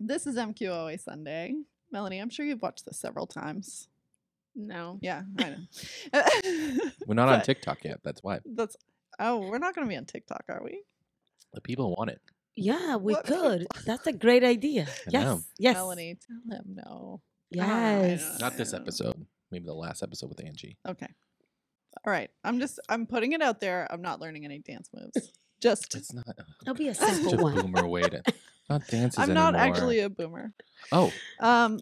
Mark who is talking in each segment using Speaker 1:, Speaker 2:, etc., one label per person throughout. Speaker 1: This is MQ Always Sunday. Melanie, I'm sure you've watched this several times.
Speaker 2: No.
Speaker 1: Yeah, I know.
Speaker 3: We're not on
Speaker 1: But-
Speaker 3: TikTok yet. That's why
Speaker 1: That's oh, we're not going to be on TikTok, are we?
Speaker 3: the people want it.
Speaker 4: Yeah, we
Speaker 1: What?
Speaker 4: could. That's a great idea.
Speaker 3: I
Speaker 4: Yes.
Speaker 3: know.
Speaker 4: Yes.
Speaker 1: Melanie, tell him no.
Speaker 4: Yes.
Speaker 3: Not this
Speaker 1: Yeah.
Speaker 3: episode. Maybe the last episode with Angie.
Speaker 1: Okay. All right. I'm just I'm putting it out there. I'm not learning any dance moves. Just
Speaker 3: It's not
Speaker 4: That'll be a
Speaker 3: such
Speaker 4: simple
Speaker 3: a
Speaker 4: one.
Speaker 3: boomer way to not dances
Speaker 1: I'm not
Speaker 3: anymore.
Speaker 1: actually a boomer.
Speaker 3: Oh,
Speaker 1: Um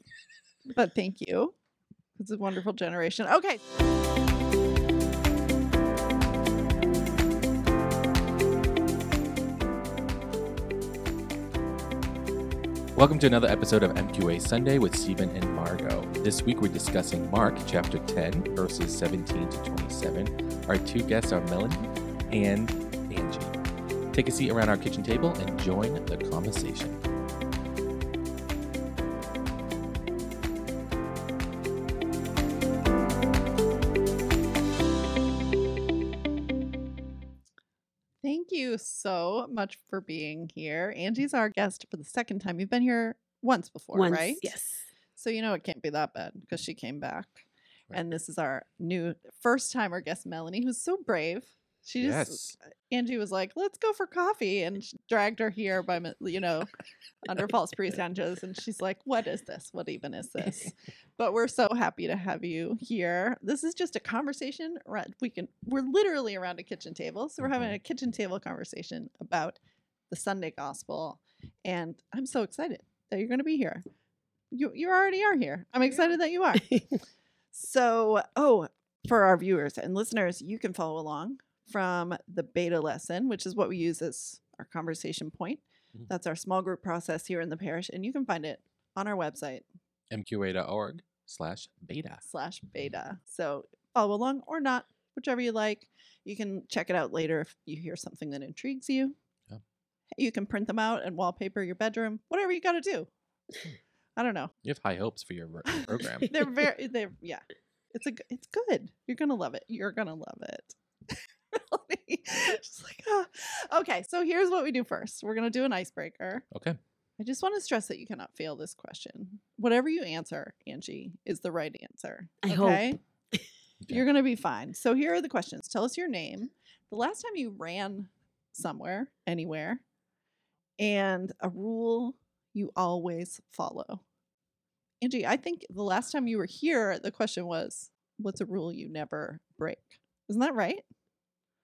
Speaker 1: but thank you. It's a wonderful generation. Okay.
Speaker 3: welcome to another episode of MQA Sunday with Stephen and Margot. This week we're discussing Mark chapter 10 verses 17 to 27. Our two guests are Melanie and Angie. Take a seat around our kitchen table and join the conversation.
Speaker 1: Thank you so much for being here. Angie's our guest for the second time. You've been here once before,
Speaker 4: Once.
Speaker 1: right?
Speaker 4: Yes.
Speaker 1: So you know it can't be that bad because she came back.
Speaker 3: Mm-hmm. Right.
Speaker 1: And this is our new first timer guest, Melanie, who's so brave. She just
Speaker 3: yes.
Speaker 1: Angie was like, "Let's go for coffee," and sh- dragged her here by mi- you know under false pretenses, and she's like, "What is this? What even is this?" But we're so happy to have you here. This is just a conversation. ra- We can we're literally around a kitchen table, so we're having
Speaker 3: Mhm.
Speaker 1: a kitchen table conversation about the Sunday Gospel, and I'm so excited that you're going to be here. You you already are here. I'm excited that you are. So, oh, for our viewers and listeners, you can follow along from the beta lesson, which is what we use as our conversation point.
Speaker 3: Mhm.
Speaker 1: That's our small group process here in the parish, and you can find it on our website
Speaker 3: MQA.org slash beta.
Speaker 1: slash beta. So follow along or not, whichever you like. You can check it out later if you hear something that intrigues you.
Speaker 3: Yeah.
Speaker 1: You can print them out and wallpaper your bedroom, whatever you got to do. I don't know.
Speaker 3: You have high hopes for your r- program.
Speaker 1: They're very they're yeah. It's a g- it's good. You're gonna love it. You're gonna love it. just like ah. okay. So here's what we do first. We're gonna do an icebreaker.
Speaker 3: Okay.
Speaker 1: I just want to stress that you cannot fail this question. Whatever you answer, Angie, is the right answer.
Speaker 4: I hope.
Speaker 1: You're gonna be fine. So here are the questions. Tell us your name. The last time you ran somewhere, anywhere, and a rule you always follow. Angie, I think the last time you were here, the question was, "What's a rule you never break?" Isn't that right?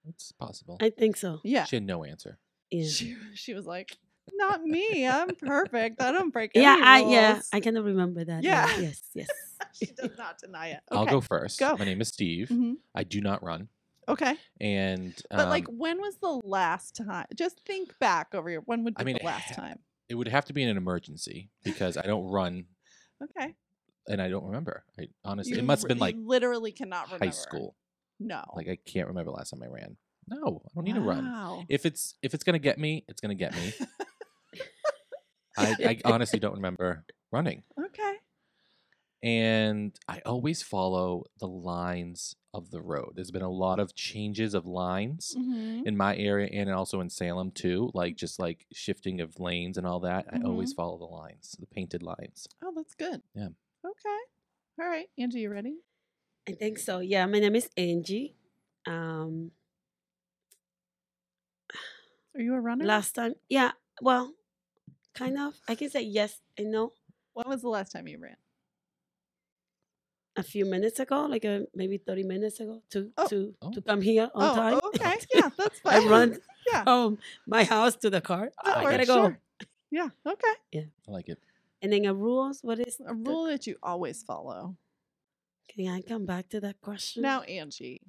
Speaker 3: It's possible.
Speaker 4: I think so.
Speaker 1: Yeah.
Speaker 3: She had no answer.
Speaker 4: Yeah.
Speaker 1: She, she was like, "Not me. I'm perfect. I don't break
Speaker 4: Yeah,
Speaker 1: any
Speaker 4: I yeah,
Speaker 1: rules."
Speaker 4: I kind of remember that.
Speaker 1: Yeah.
Speaker 4: Yes, yes.
Speaker 1: she does not deny it.
Speaker 3: I'll
Speaker 1: Okay.
Speaker 3: go first.
Speaker 1: go.
Speaker 3: My name is Steve.
Speaker 1: Mhm.
Speaker 3: I do not run.
Speaker 1: Okay.
Speaker 3: And um,
Speaker 1: But like, when was the last time? Just think back over your. When would be
Speaker 3: I mean,
Speaker 1: the last
Speaker 3: eh,
Speaker 1: time?
Speaker 3: it would have to be in an emergency because I don't run
Speaker 1: Okay.
Speaker 3: and I don't remember. I honestly
Speaker 1: You
Speaker 3: it must have
Speaker 1: r-
Speaker 3: been
Speaker 1: you
Speaker 3: like
Speaker 1: literally cannot remember
Speaker 3: high school.
Speaker 1: No,
Speaker 3: Like I can't remember last time I ran. No, I don't need to run.
Speaker 1: Wow.
Speaker 3: If it's if it's gonna get me, it's gonna get me. I, I honestly don't remember running.
Speaker 1: okay.
Speaker 3: and I always follow the lines of the road. There's been a lot of changes of lines
Speaker 1: Mhm.
Speaker 3: in my area and also in Salem too, like just like shifting of lanes and all that. I
Speaker 1: Mm-hmm.
Speaker 3: always follow the lines, the painted lines.
Speaker 1: Oh, that's good.
Speaker 3: Yeah.
Speaker 1: Okay. All right, Angie, you ready?
Speaker 4: I think so. Yeah, my name is Angie. Um
Speaker 1: Are you a runner?
Speaker 4: last time yeah, well, kind of. I can say yes and no
Speaker 1: When was the last time you ran?
Speaker 4: a few minutes ago, like uh maybe 30 minutes ago to
Speaker 1: Oh.
Speaker 4: to
Speaker 3: Oh.
Speaker 4: to come here on
Speaker 1: oh,
Speaker 4: time.
Speaker 1: okay. Yeah, that's
Speaker 4: I
Speaker 1: fine.
Speaker 4: run
Speaker 1: Yeah.
Speaker 4: from my house to the car.
Speaker 1: That
Speaker 3: I
Speaker 1: works,
Speaker 4: gotta go.
Speaker 1: Oh, sure. Yeah. Okay.
Speaker 3: I like it.
Speaker 4: And then a rules, what is
Speaker 1: A rule that you always follow.
Speaker 4: Can I come back to that question?
Speaker 1: Now, Angie,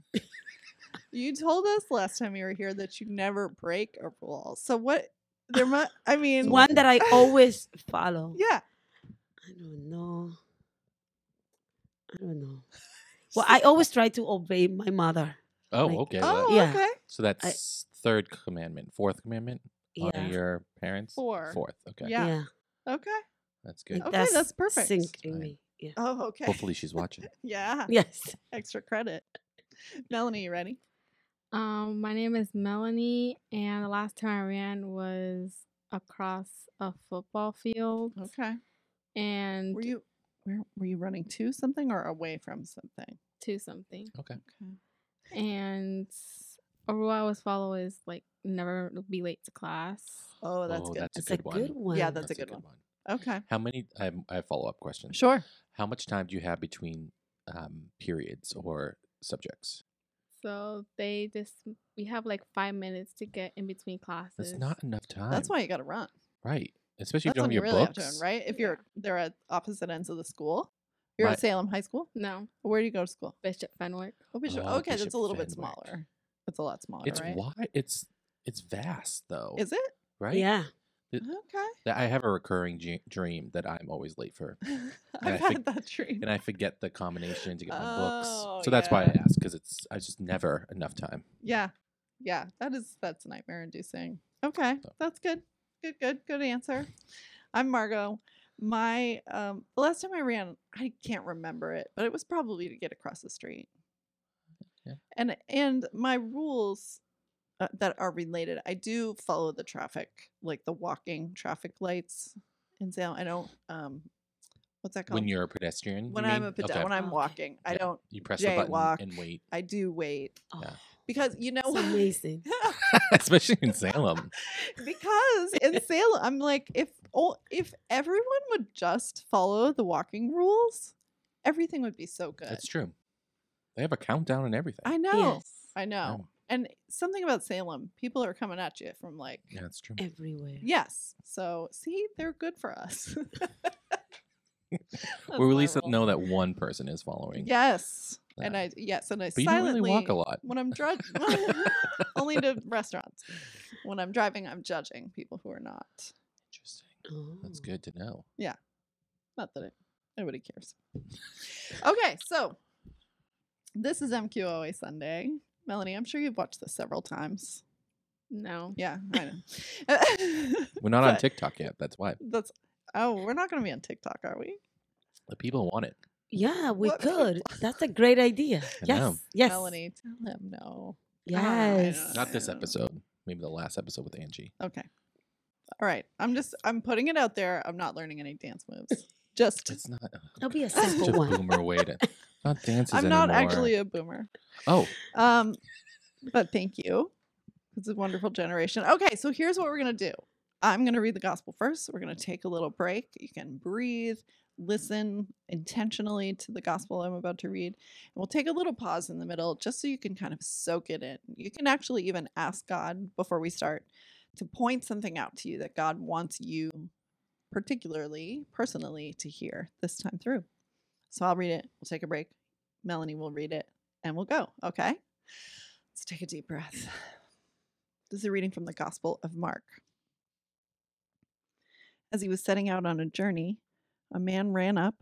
Speaker 1: you told us last time you were here that you never break a rule. So what? There must. I mean,
Speaker 4: one that I always follow.
Speaker 1: Yeah.
Speaker 4: I don't know. I don't know. Well, I always try to obey my mother.
Speaker 3: Oh,
Speaker 4: Like-
Speaker 3: okay. well,
Speaker 1: Oh,
Speaker 4: Yeah.
Speaker 1: okay.
Speaker 3: so that's third commandment, fourth commandment.
Speaker 4: Yeah.
Speaker 3: Honor your parents.
Speaker 1: Four.
Speaker 3: Fourth. Okay.
Speaker 1: Yeah.
Speaker 4: yeah.
Speaker 1: Okay.
Speaker 3: That's
Speaker 4: like
Speaker 3: good.
Speaker 1: Okay, that's perfect.
Speaker 4: Sink
Speaker 3: That's
Speaker 4: in
Speaker 3: fine.
Speaker 4: me. Yeah.
Speaker 1: Oh, okay.
Speaker 3: Hopefully she's watching.
Speaker 1: Yeah.
Speaker 4: Yes.
Speaker 1: Extra credit. Melanie, you ready?
Speaker 2: Um, my name is Melanie, and the last time I ran was across a football field.
Speaker 1: Okay.
Speaker 2: And
Speaker 1: Were you where were you running to something or away from something?
Speaker 2: to something.
Speaker 1: Okay.
Speaker 2: And a rule I always follow is like never be late to class.
Speaker 1: Oh, that's
Speaker 3: oh,
Speaker 1: good.
Speaker 3: That's a
Speaker 4: It's
Speaker 3: good, one.
Speaker 1: Yeah, that's a good one. okay.
Speaker 3: How many? I have, I have follow up questions.
Speaker 1: Sure.
Speaker 3: How much time do you have between um, periods or subjects?
Speaker 2: So they just we have like five minutes to get in between classes.
Speaker 3: That's not enough time.
Speaker 1: That's why you got to run.
Speaker 3: Right. Especially if
Speaker 1: that's
Speaker 3: you don't
Speaker 1: when
Speaker 3: have
Speaker 1: you
Speaker 3: your
Speaker 1: really
Speaker 3: books.
Speaker 1: have to run, right? If you're
Speaker 2: Yeah.
Speaker 1: they're at opposite ends of the school. You're
Speaker 3: My-
Speaker 1: at Salem High School.
Speaker 2: no
Speaker 1: Where do you go to school?
Speaker 2: Bishop Fenwick.
Speaker 1: Oh, Bishop.
Speaker 3: Oh,
Speaker 1: okay,
Speaker 3: Bishop
Speaker 1: that's a little bit
Speaker 3: Fenwick.
Speaker 1: smaller. It's a lot smaller,
Speaker 3: It's
Speaker 1: right?
Speaker 3: why it's it's vast though.
Speaker 1: Is it?
Speaker 3: right?
Speaker 4: Yeah.
Speaker 1: Okay.
Speaker 3: That I have a recurring ge- dream that I'm always late for, I
Speaker 1: I've
Speaker 3: think-
Speaker 1: had that dream.
Speaker 3: and I forget the combination to get my
Speaker 1: Oh,
Speaker 3: books. So that's why I
Speaker 1: yeah.
Speaker 3: asked because it's I just never enough time.
Speaker 1: Yeah. Yeah. That is that's nightmare inducing. Okay.
Speaker 3: So-
Speaker 1: That's good. Good, good, good answer. I'm Margot. My um the last time I ran, I can't remember it, but it was probably to get across the street.
Speaker 3: Yeah.
Speaker 1: And and my rules uh, that are related, I do follow the traffic, like the walking traffic lights in Salem. I don't um what's that called?
Speaker 3: When you're a pedestrian,
Speaker 1: when
Speaker 3: you
Speaker 1: I'm
Speaker 3: mean?
Speaker 1: a pede-
Speaker 3: Okay.
Speaker 1: when I'm
Speaker 4: Okay.
Speaker 1: walking, I
Speaker 3: Yeah.
Speaker 1: don't
Speaker 3: you press the button and
Speaker 1: jaywalk.
Speaker 3: wait,
Speaker 1: I do wait
Speaker 4: Oh,
Speaker 3: Yeah.
Speaker 1: because you know
Speaker 4: It's amazing.
Speaker 3: especially in Salem.
Speaker 1: because in Salem, I'm like, if oh, if everyone would just follow the walking rules, everything would be so good.
Speaker 3: That's true. They have a countdown and everything.
Speaker 1: I know,
Speaker 4: Yes.
Speaker 1: I know,
Speaker 3: Oh,
Speaker 1: and something about Salem, people are coming at you from like,
Speaker 3: yeah, that's true.
Speaker 4: Everywhere.
Speaker 1: yes. So see, they're good for us. That's
Speaker 3: Or at
Speaker 1: my
Speaker 3: least
Speaker 1: rule.
Speaker 3: know that one person is following.
Speaker 1: Yes, and
Speaker 3: Yeah.
Speaker 1: I yes, and I
Speaker 3: but you don't
Speaker 1: silently
Speaker 3: really walk a lot.
Speaker 1: when I'm drug only to restaurants. When I'm driving, I'm judging people who are not.
Speaker 3: Interesting.
Speaker 4: Oh.
Speaker 1: Mm.
Speaker 3: That's good to know.
Speaker 1: Not that it, nobody cares. okay, so this is MQOA Sunday. Melanie, I'm sure you've watched this several times.
Speaker 2: No.
Speaker 1: Yeah, I know.
Speaker 3: We're not on
Speaker 1: But-
Speaker 3: TikTok yet. That's why
Speaker 1: That's oh, we're not going to be on TikTok, are we?
Speaker 3: the people want it.
Speaker 4: Yeah, we
Speaker 1: What
Speaker 4: could. That's a great idea.
Speaker 3: I
Speaker 4: yes.
Speaker 3: know.
Speaker 4: Yes.
Speaker 1: Melanie, tell him no.
Speaker 4: Yes.
Speaker 3: Not this
Speaker 1: Yeah.
Speaker 3: episode. Maybe the last episode with Angie.
Speaker 1: Okay. All right. I'm just I'm putting it out there. I'm not learning any dance moves. Just
Speaker 3: It's not.
Speaker 4: That'll be a
Speaker 1: Such
Speaker 3: Such
Speaker 4: simple
Speaker 3: a
Speaker 4: one.
Speaker 3: boomer way to not dances
Speaker 1: I'm not
Speaker 3: anymore.
Speaker 1: actually a boomer.
Speaker 3: oh,
Speaker 1: Um, but thank you. It's a wonderful generation. Okay, so here's what we're gonna do. I'm gonna read the gospel first. We're gonna take a little break. You can breathe, listen intentionally to the gospel I'm about to read, and we'll take a little pause in the middle just so you can kind of soak it in. You can actually even ask God before we start to point something out to you that God wants you, particularly personally, to hear this time through. So I'll read it. We'll take a break. Melanie will read it and we'll go. Okay. Let's take a deep breath. This is a reading from the Gospel of Mark. As he was setting out on a journey, a man ran up,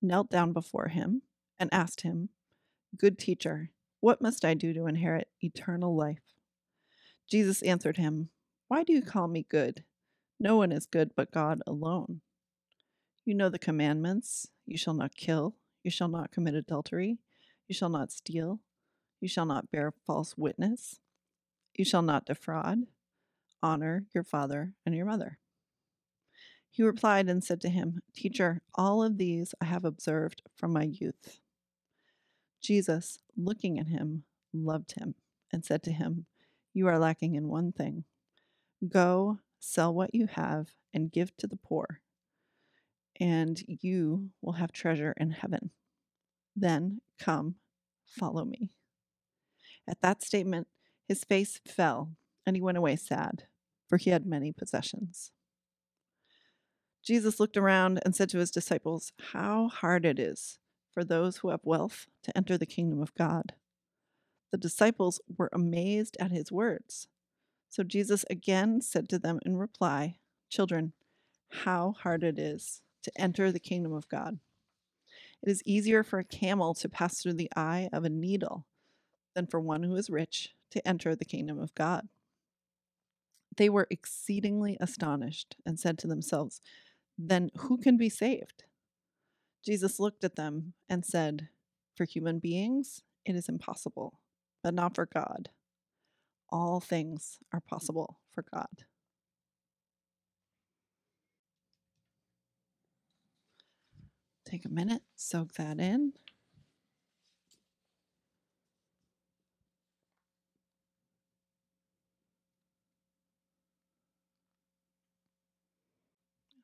Speaker 1: knelt down before him, and asked him, Good teacher, what must I do to inherit eternal life? Jesus answered him, Why do you call me good? No one is good but God alone. You know the commandments you shall not kill, you shall not commit adultery. You shall not steal. You shall not bear false witness. You shall not defraud. Honor your father and your mother. He replied and said to him, Teacher, all of these I have observed from my youth. Jesus, looking at him, loved him and said to him, You are lacking in one thing. Go, sell what you have, and give to the poor, and you will have treasure in heaven. Then come, follow me. At that statement, his face fell, and he went away sad, for he had many possessions. Jesus looked around and said to his disciples, How hard it is for those who have wealth to enter the kingdom of God. The disciples were amazed at his words. So Jesus again said to them in reply, Children, how hard it is to enter the kingdom of God. It is easier for a camel to pass through the eye of a needle than for one who is rich to enter the kingdom of God. They were exceedingly astonished and said to themselves, Then who can be saved? Jesus looked at them and said, For human beings, it is impossible, but not for God. All things are possible for God. Take a minute, soak that in.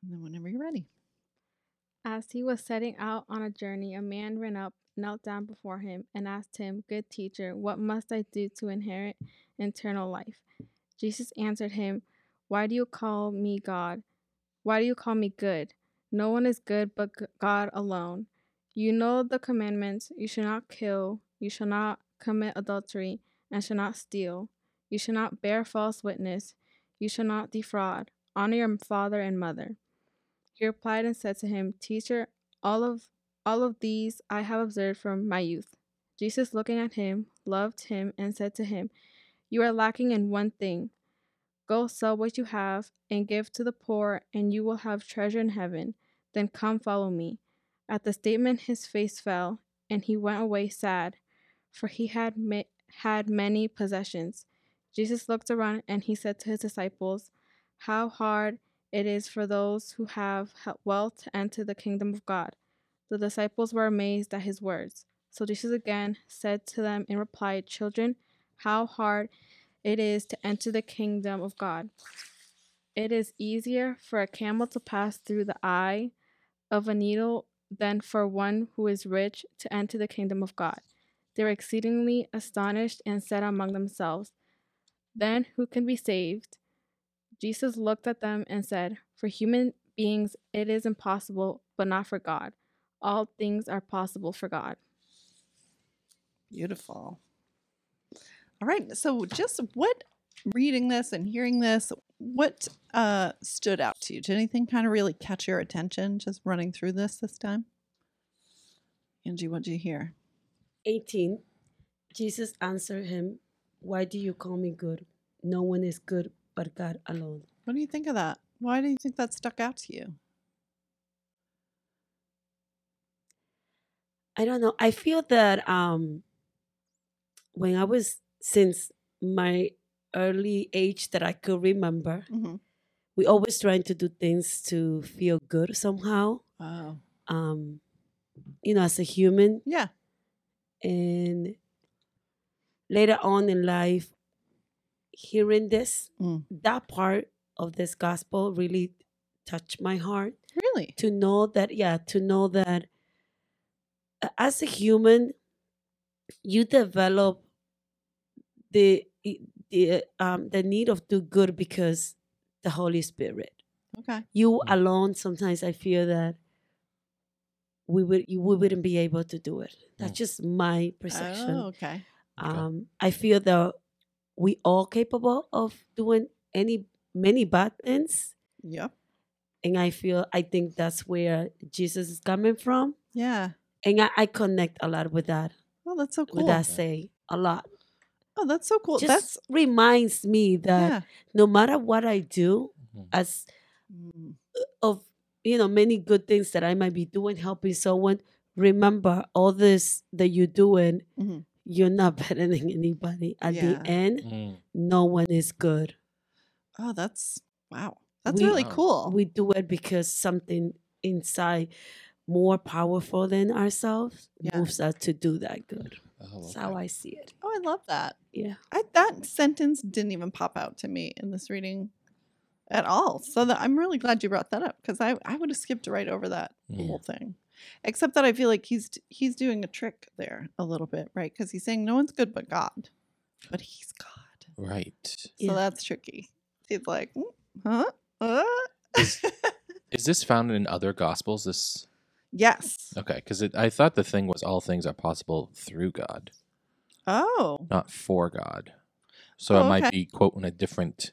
Speaker 1: And then, whenever you're ready,
Speaker 2: As he was setting out on a journey, a man ran up, knelt down before him, and asked him, Good teacher, what must I do to inherit eternal life? Jesus answered him, Why do you call me God? Why do you call me good? No one is good but G- God alone. You know the commandments you shall not kill, you shall not commit adultery, and shall not steal. You shall not bear false witness, you shall not defraud. Honor your father and mother. He replied and said to him, Teacher, all of all of these I have observed from my youth. Jesus, looking at him, loved him and said to him, You are lacking in one thing. Go sell what you have and give to the poor, and you will have treasure in heaven. Then come follow me. At the statement, his face fell, and he went away sad, for he had ma- had many possessions. Jesus looked around and he said to his disciples, How hard it is for those who have he- wealth to enter the kingdom of God. The disciples were amazed at his words. So Jesus again said to them in reply, Children, how hard it is to enter the kingdom of God. It is easier for a camel to pass through the eye of a needle than for one who is rich to enter the kingdom of God. They were exceedingly astonished and said among themselves, Then who can be saved? Jesus looked at them and said, For human beings it is impossible, but not for God. All things are possible for God.
Speaker 1: beautiful. All right. So, just what reading this and hearing this, what uh, stood out to you? Did anything kind of really catch your attention just running through this this time? Angie, what did you hear?
Speaker 4: 18 Jesus answered him, Why do you call me good? No one is good but God alone.
Speaker 1: What do you think of that? Why do you think that stuck out to you?
Speaker 4: I don't know. I feel that um when I was since my early age that I could remember,
Speaker 1: Mm-hmm.
Speaker 4: we always trying to do things to feel good somehow.
Speaker 1: Oh,
Speaker 4: Um you know, as a human
Speaker 1: yeah.
Speaker 4: and later on in life hearing this
Speaker 1: Mm.
Speaker 4: that part of this gospel really touched my heart
Speaker 1: Really?
Speaker 4: to know that yeah to know that a- as a human you develop the i- the um the need of do good because the holy spirit
Speaker 1: Okay.
Speaker 4: you
Speaker 3: Mm.
Speaker 4: alone sometimes i feel that we would you we wouldn't be able to do it that's
Speaker 3: Mm.
Speaker 4: just my perception
Speaker 1: Oh, okay.
Speaker 3: Okay.
Speaker 4: um i feel that we all capable of doing any many bad things
Speaker 1: Yep.
Speaker 4: and i feel i think that's where jesus is coming from
Speaker 1: Yeah.
Speaker 4: and i, I connect a lot with that
Speaker 1: Oh, that's so cool.
Speaker 4: with that say a lot
Speaker 1: Oh, that's so cool.
Speaker 4: just
Speaker 1: that's
Speaker 4: reminds me that
Speaker 1: yeah.
Speaker 4: no matter what i do
Speaker 3: Mhm.
Speaker 4: as
Speaker 1: Mm,
Speaker 4: of you know many good things that i might be doing helping someone remember all this that you're doing
Speaker 1: mhm.
Speaker 4: you're not better than anybody at
Speaker 1: Yeah.
Speaker 4: the end
Speaker 3: Mm.
Speaker 4: no one is good
Speaker 1: Oh, that's wow. That's
Speaker 4: We-
Speaker 1: really
Speaker 3: Wow.
Speaker 1: cool.
Speaker 4: we do it because something inside more powerful than ourselves
Speaker 1: Yeah.
Speaker 4: moves us to do that good.
Speaker 3: Oh,
Speaker 4: That's
Speaker 3: okay.
Speaker 4: how I see it.
Speaker 1: oh, I love that.
Speaker 4: Yeah.
Speaker 1: I, that sentence didn't even pop out to me in this reading at all. So that I'm really glad you brought that up because I, I would have skipped right over that
Speaker 3: Mm.
Speaker 1: whole thing. Except that I feel like he's he's doing a trick there a little bit, right? Because he's saying no one's good but God, but he's God,
Speaker 3: Right.
Speaker 4: Yeah.
Speaker 1: so that's tricky. He's like, "Mm, huh? Uh?"
Speaker 3: Is this found in other gospels? This
Speaker 1: yes.
Speaker 3: okay? Because I thought the thing was all things are possible through God,
Speaker 1: Oh,
Speaker 3: not for God. So
Speaker 1: Oh,
Speaker 3: it might
Speaker 1: okay.
Speaker 3: be quote in a different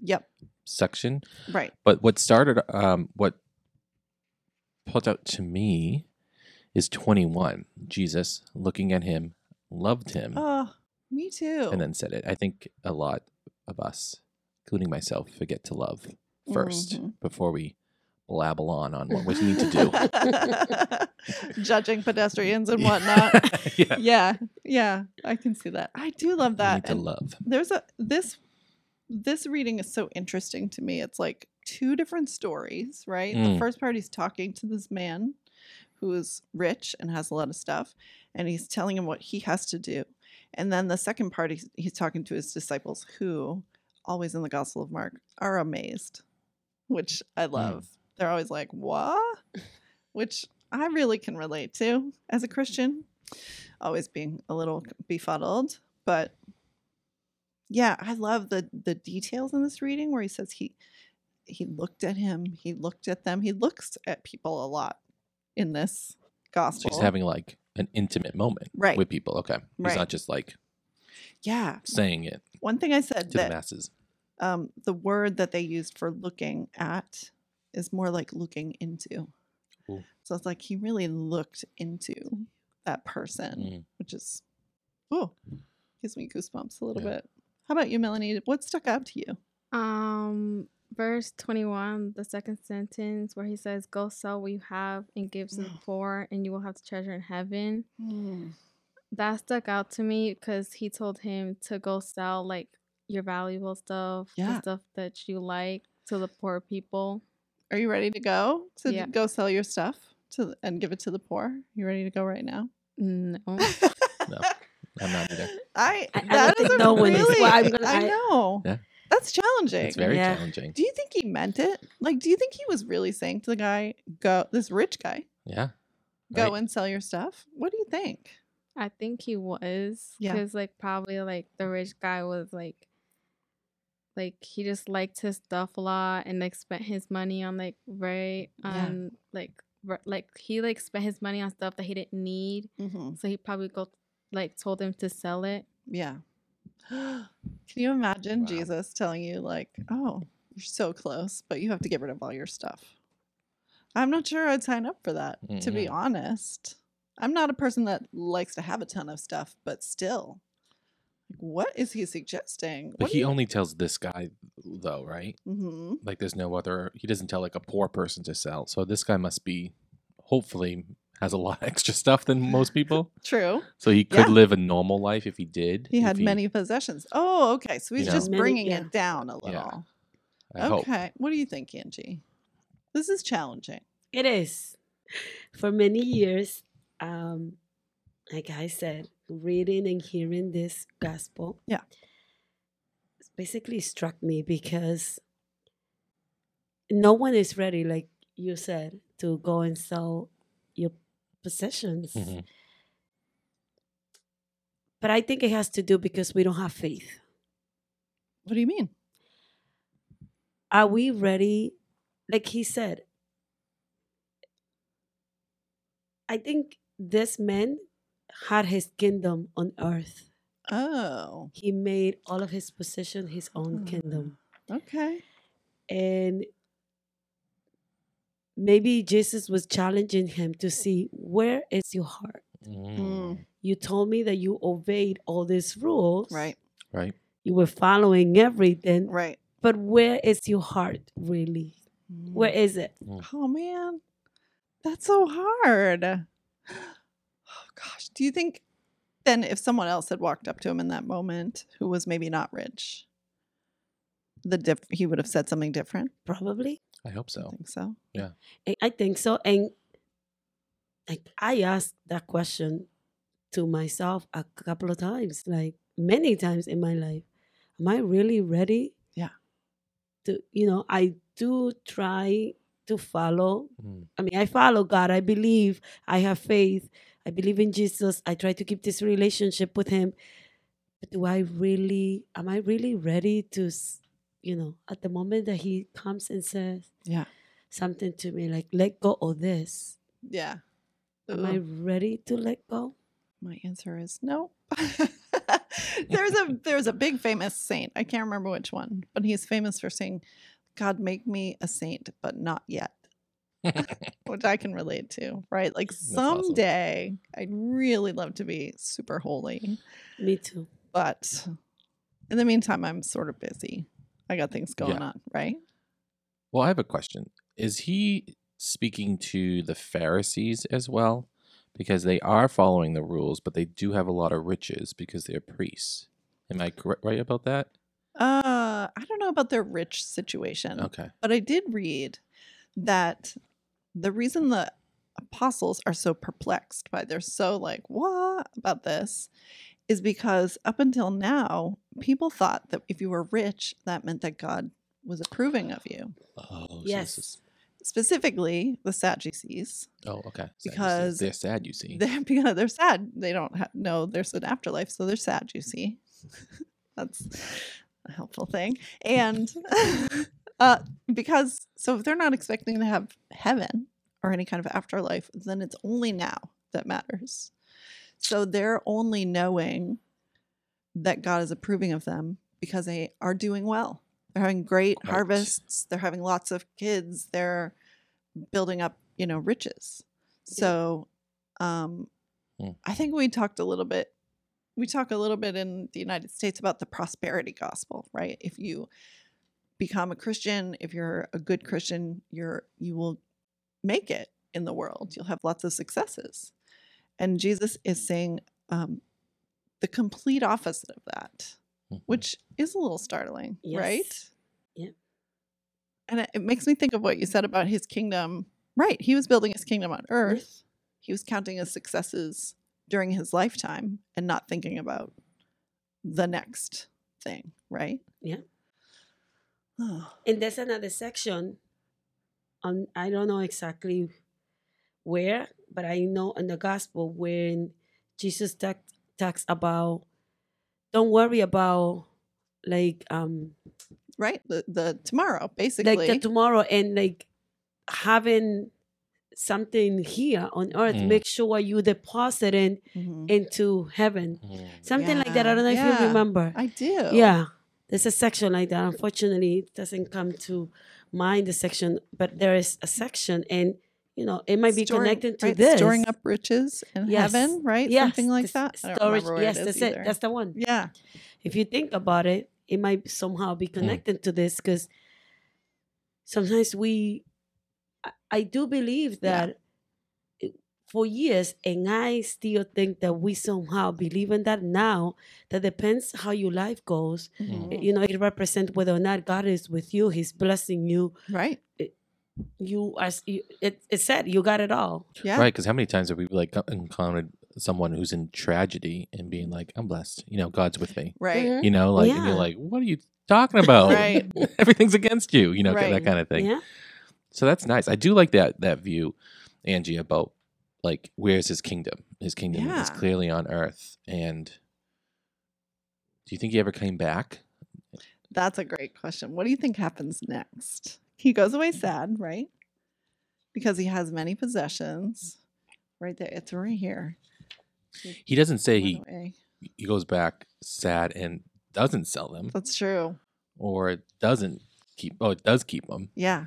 Speaker 1: yep.
Speaker 3: section.
Speaker 1: Right.
Speaker 3: But what started, um, what pulled out to me is twenty one. Jesus looking at him, loved him,
Speaker 1: Oh, me too.
Speaker 3: Mm. and then said it. I think a lot of us, including myself, forget to love 1st
Speaker 1: Mhm.
Speaker 3: before we blabble on on what we need to do.
Speaker 1: do. Judging pedestrians and whatnot.
Speaker 3: yeah.
Speaker 1: yeah yeah i can see that i do love
Speaker 3: We
Speaker 1: that
Speaker 3: need to
Speaker 1: and
Speaker 3: love.
Speaker 1: there's a this this reading is so interesting to me it's like two different stories right the
Speaker 3: Mm.
Speaker 1: first part he's talking to this man who is rich and has a lot of stuff, and he's telling him what he has to do. And then the second part, he's, he's talking to his disciples, who always in the Gospel of Mark are amazed, which I
Speaker 3: Mm.
Speaker 1: love. They're always like, "What?" which I really can relate to as a Christian, always being a little befuddled, but yeah, I love the the details in this reading where he says he he looked at him, he looked at them, he looks at people a lot in this gospel.
Speaker 3: She's having like an intimate moment
Speaker 1: Right.
Speaker 3: with people. Okay. He's
Speaker 1: Right.
Speaker 3: not just like
Speaker 1: yeah,
Speaker 3: saying it
Speaker 1: one thing I
Speaker 3: to
Speaker 1: said
Speaker 3: the
Speaker 1: that
Speaker 3: masses.
Speaker 1: um, the word that they used for looking at is more like looking into.
Speaker 3: Ooh.
Speaker 1: So it's like he really looked into that person,
Speaker 3: Mm.
Speaker 1: which is oh, gives me goosebumps a little
Speaker 3: Yeah.
Speaker 1: bit. How about you, Melanie? What stuck out to you?
Speaker 2: Um, verse 21, the second sentence where he says, Go sell what you have and give to the poor, and you will have treasure in heaven. That stuck out to me because he told him to go sell like your valuable stuff,
Speaker 1: Yeah.
Speaker 2: the stuff that you like to the poor people.
Speaker 1: Are you ready to go to
Speaker 2: Yeah.
Speaker 1: go sell your stuff to th- and give it to the poor? You ready to go right now?
Speaker 2: No.
Speaker 3: I'm not either.
Speaker 1: I
Speaker 4: I- I don't
Speaker 1: that is
Speaker 4: think
Speaker 1: a
Speaker 4: no one is-
Speaker 1: really,
Speaker 4: well, I'm gonna-
Speaker 1: I
Speaker 4: I-
Speaker 1: know
Speaker 3: Yeah.
Speaker 1: that's challenging.
Speaker 3: It's very
Speaker 4: Yeah.
Speaker 3: challenging.
Speaker 1: Do you think he meant it? Like, do you think he was really saying to the guy, "Go, this rich guy,
Speaker 3: Yeah.
Speaker 1: go
Speaker 3: Right.
Speaker 1: and sell your stuff"? What do you think?
Speaker 2: I think he was
Speaker 1: Yeah.
Speaker 2: because like probably like the rich guy was like like he just liked his stuff a lot and like spent his money on like very
Speaker 1: Yeah.
Speaker 2: um like ver- like he like spent his money on stuff that he didn't need
Speaker 1: Mm-hmm.
Speaker 2: so he probably go like told him to sell it
Speaker 1: Yeah. Can you imagine
Speaker 3: Wow.
Speaker 1: Jesus telling you, like, "Oh, you're so close, but you have to get rid of all your stuff"? I'm not sure I'd sign up for that. To be
Speaker 3: Mm-mm.
Speaker 1: honest, I'm not a person that likes to have a ton of stuff, but still, like, what is he suggesting?
Speaker 3: But he only tells this guy though, right?
Speaker 1: hmm
Speaker 3: Like there's no other he doesn't tell like a poor person to sell. So this guy must be hopefully has a lot extra stuff than most people.
Speaker 1: True.
Speaker 3: So he could
Speaker 1: Yeah.
Speaker 3: live a normal life if he did.
Speaker 1: He
Speaker 3: if
Speaker 1: had many possessions. Oh, okay. So
Speaker 3: You
Speaker 1: he's
Speaker 3: know.
Speaker 1: just
Speaker 4: Many-
Speaker 1: bringing
Speaker 4: yeah.
Speaker 1: it down a
Speaker 3: Yeah,
Speaker 1: little.
Speaker 3: I hope.
Speaker 1: okay. What do you think, Angie? This is challenging.
Speaker 4: It is. For many years, um, like I said, reading and hearing this gospel,
Speaker 1: Yeah.
Speaker 4: it's basically struck me because no one is ready, like you said, to go and sell your possessions.
Speaker 3: Mhm.
Speaker 4: But I think it has to do because we don't have faith.
Speaker 1: What do you mean?
Speaker 4: are we ready? Like he said, I think this man had his kingdom on earth.
Speaker 1: Oh,
Speaker 4: He made all of his position his own
Speaker 1: Hmm.
Speaker 4: kingdom.
Speaker 1: okay.
Speaker 4: And maybe Jesus was challenging him to see where is your heart?
Speaker 1: Hmm.
Speaker 3: Mm.
Speaker 4: You told me that you obeyed all these rules.
Speaker 1: Right,
Speaker 3: Right.
Speaker 4: You were following everything.
Speaker 1: right.
Speaker 4: But where is your heart really? Where
Speaker 1: Mm.
Speaker 4: is it?
Speaker 1: Oh, man. That's so hard. Oh, gosh. Do you think then if someone else had walked up to him in that moment who was maybe not rich, the diff- he would have said something different?
Speaker 4: Probably.
Speaker 3: I hope
Speaker 1: I
Speaker 3: so.
Speaker 1: think so.
Speaker 4: I- I think so. And like I asked that question to myself a couple of times, like many times in my life. Am I really ready?
Speaker 1: Yeah.
Speaker 4: To you know, I do try to follow.
Speaker 3: Mm.
Speaker 4: I mean, I follow God. I believe. I have faith. I believe in Jesus. I try to keep this relationship with Him. But do I really? Am I really ready to? s- You know, at the moment that He comes and says,
Speaker 1: Yeah.
Speaker 4: something to me like let go of this
Speaker 1: Yeah.
Speaker 4: am i
Speaker 1: Ooh.
Speaker 4: ready to let go
Speaker 1: My answer is no. there's a there's a big famous saint. I can't remember which one, but he's famous for saying, "God make me a saint, but not yet," which I can relate to, right? Like
Speaker 3: awesome.
Speaker 1: someday I'd really love to be super holy,
Speaker 4: me too
Speaker 1: but in the meantime I'm sort of busy. I got things going
Speaker 3: Yeah.
Speaker 1: on, right?
Speaker 3: Well, I have a question. Is he speaking to the Pharisees as well? Because they are following the rules, but they do have a lot of riches because they're priests. Am I correct right about that?
Speaker 1: Uh, I don't know about their rich Mm. situation.
Speaker 3: Okay.
Speaker 1: But I did read that the reason the apostles are so perplexed by, they're so like, what about this? Is because up until now, people thought that if you were rich, that meant that God was approving of you.
Speaker 3: Oh,
Speaker 4: Yes.
Speaker 3: is-
Speaker 1: Specifically, the Sadducees,
Speaker 3: oh, okay. So you see-
Speaker 1: Because
Speaker 3: they're sad, you see.
Speaker 1: they're, because they're sad. They don't ha- know there's an afterlife, so they're sad. You see, that's a helpful thing. And uh, because so if they're not expecting to have heaven or any kind of afterlife, then it's only now that matters. So they're only knowing that God is approving of them because they are doing well. They're having great
Speaker 3: Right.
Speaker 1: harvests. They're having lots of kids. They're building up, you know, riches. So, um,
Speaker 3: Hmm.
Speaker 1: I think we talked a little bit. We talk a little bit in the United States about the prosperity gospel, right? If you become a Christian, if you're a good Christian, you're you will make it in the world.
Speaker 4: Mm-hmm.
Speaker 1: You'll have lots of successes, and Jesus is saying um, the complete opposite of that,
Speaker 3: Mhm.
Speaker 1: which is a little startling, right?
Speaker 4: Mm. Yes. Yeah.
Speaker 1: And it, it makes me think of what you said about his kingdom. Right, he was building his kingdom on earth he was counting his successes during his lifetime and not thinking about the next thing, right?
Speaker 4: Yeah.
Speaker 1: Oh,
Speaker 4: And there's another section. On I don't know exactly where, but I know in the gospel when Jesus talk, talks about don't worry about like um
Speaker 1: right. The the tomorrow, basically.
Speaker 4: like the tomorrow and like having something here on earth
Speaker 3: Mm.
Speaker 4: make sure you deposit in
Speaker 1: Mhm.
Speaker 4: into heaven
Speaker 3: Mm.
Speaker 4: something like that i
Speaker 1: Yeah.
Speaker 4: don't know if
Speaker 1: Yeah.
Speaker 4: you remember
Speaker 1: I do.
Speaker 4: yeah there's a section like that unfortunately it doesn't come to mind the section but there is a section and you know it might be
Speaker 1: Storing-
Speaker 4: connected to
Speaker 1: right,
Speaker 4: this
Speaker 1: Storing up riches in
Speaker 4: Yes.
Speaker 1: heaven, right?
Speaker 4: Yes,
Speaker 1: Something like
Speaker 4: this
Speaker 1: that. I don't
Speaker 4: storage
Speaker 1: remember where
Speaker 4: yes
Speaker 1: it is
Speaker 4: that's
Speaker 1: either.
Speaker 4: it that's the one
Speaker 1: yeah.
Speaker 4: if you think about it, it might somehow
Speaker 1: Hmm.
Speaker 4: be connected to this because sometimes we, I, I do believe
Speaker 1: Yeah.
Speaker 4: that it- for years, and I still think that we somehow believe in that now. That depends how your life goes.
Speaker 3: Mhm.
Speaker 1: Mhm.
Speaker 4: You know, it represents whether or not God is with you, He's blessing you.
Speaker 1: Right.
Speaker 4: You are, s- you, it, it said you got it all.
Speaker 1: Yeah.
Speaker 3: Right, because how many times have we like co- encountered someone who's in tragedy and being like, "I'm blessed," you know, God's with me,
Speaker 1: Right.
Speaker 4: Mhm.
Speaker 3: you know, like and you're
Speaker 4: Yeah.
Speaker 3: like, "What are you talking about?"
Speaker 1: Mm-hmm. Right.
Speaker 3: Everything's against you, you know,
Speaker 1: Right.
Speaker 3: that kind of thing.
Speaker 4: Yeah.
Speaker 3: So that's nice. I do like that that view, Angie, about like where's his kingdom? His kingdom is
Speaker 1: Yeah.
Speaker 3: clearly on earth. And do you think he ever came back?
Speaker 1: That's a great question. What do you think happens next? He goes away sad, right? Because he has many possessions. Right there. It's right here.
Speaker 3: He doesn't say
Speaker 1: Went
Speaker 3: he
Speaker 1: away.
Speaker 3: he goes back sad and doesn't sell them
Speaker 1: That's true.
Speaker 3: or doesn't keep oh it does keep them.
Speaker 1: Yeah.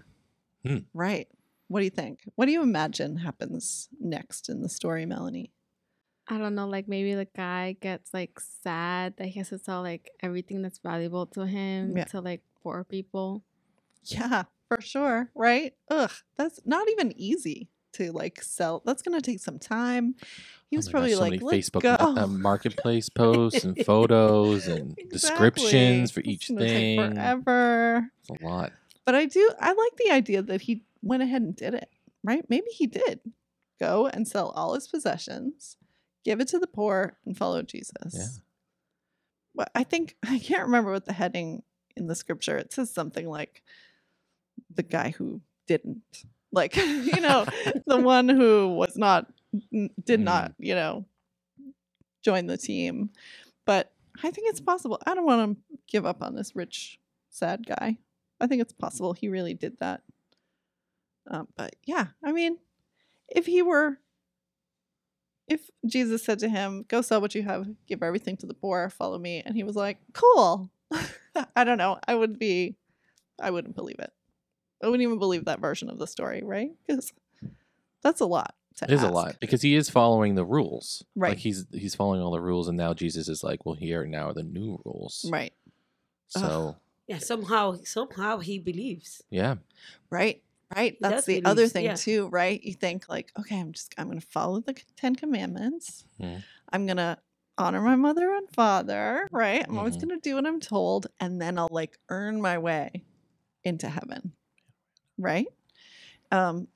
Speaker 3: Hmm.
Speaker 1: Right. What do you think? What do you imagine happens next in the story, Melanie?
Speaker 2: I don't know, like maybe the guy gets like sad that he has to sell like everything that's valuable to him
Speaker 1: Yeah.
Speaker 2: to like poor people.
Speaker 1: Yeah, for sure. Right? Ugh, that's not even easy to like sell. That's going to take some time. He was probably
Speaker 3: Oh so
Speaker 1: like,
Speaker 3: many
Speaker 1: Let's
Speaker 3: Facebook
Speaker 1: go.
Speaker 3: ma- uh, marketplace posts and photos and descriptions for
Speaker 1: Exactly.
Speaker 3: each
Speaker 1: It's gonna take
Speaker 3: thing.
Speaker 1: Forever.
Speaker 3: It's a lot.
Speaker 1: But I do, I like the idea that he went ahead and did it, right? Maybe he did go and sell all his possessions, give it to the poor, and follow Jesus.
Speaker 3: Yeah.
Speaker 1: Well, I think, I can't remember what the heading in the scripture, it says something like the guy who didn't, like, you know, the one who was not, n- did
Speaker 3: Mm.
Speaker 1: not, you know, join the team. But I think it's possible. I don't want to give up on this rich, sad guy. I think it's possible he really did that. Um, but yeah, I mean, if he were, if Jesus said to him, "Go sell what you have, give everything to the poor, follow me," and he was like, "Cool," I don't know. I would be, I wouldn't believe it. I wouldn't even believe that version of the story, right? Because that's a lot. To
Speaker 3: It is a
Speaker 1: ask.
Speaker 3: lot because he is following the rules.
Speaker 1: Right.
Speaker 3: Like he's he's following all the rules, and now Jesus is like, "Well, here and now are the new rules."
Speaker 1: Right. Ugh.
Speaker 3: So
Speaker 4: Yeah, somehow, somehow he believes.
Speaker 3: yeah,
Speaker 1: Right. Right.
Speaker 4: He
Speaker 1: That's
Speaker 4: does
Speaker 1: the
Speaker 4: believe,
Speaker 1: other thing
Speaker 4: yeah.
Speaker 1: too, right? You think like, okay, I'm just I'm gonna follow the c- Ten Commandments.
Speaker 4: Mm-hmm.
Speaker 3: Mhm.
Speaker 1: I'm gonna honor my mother and father, right? I'm always
Speaker 3: Mhm.
Speaker 4: Mm-hmm.
Speaker 1: gonna do what I'm told, and then I'll like earn my way into heaven. Right? Um,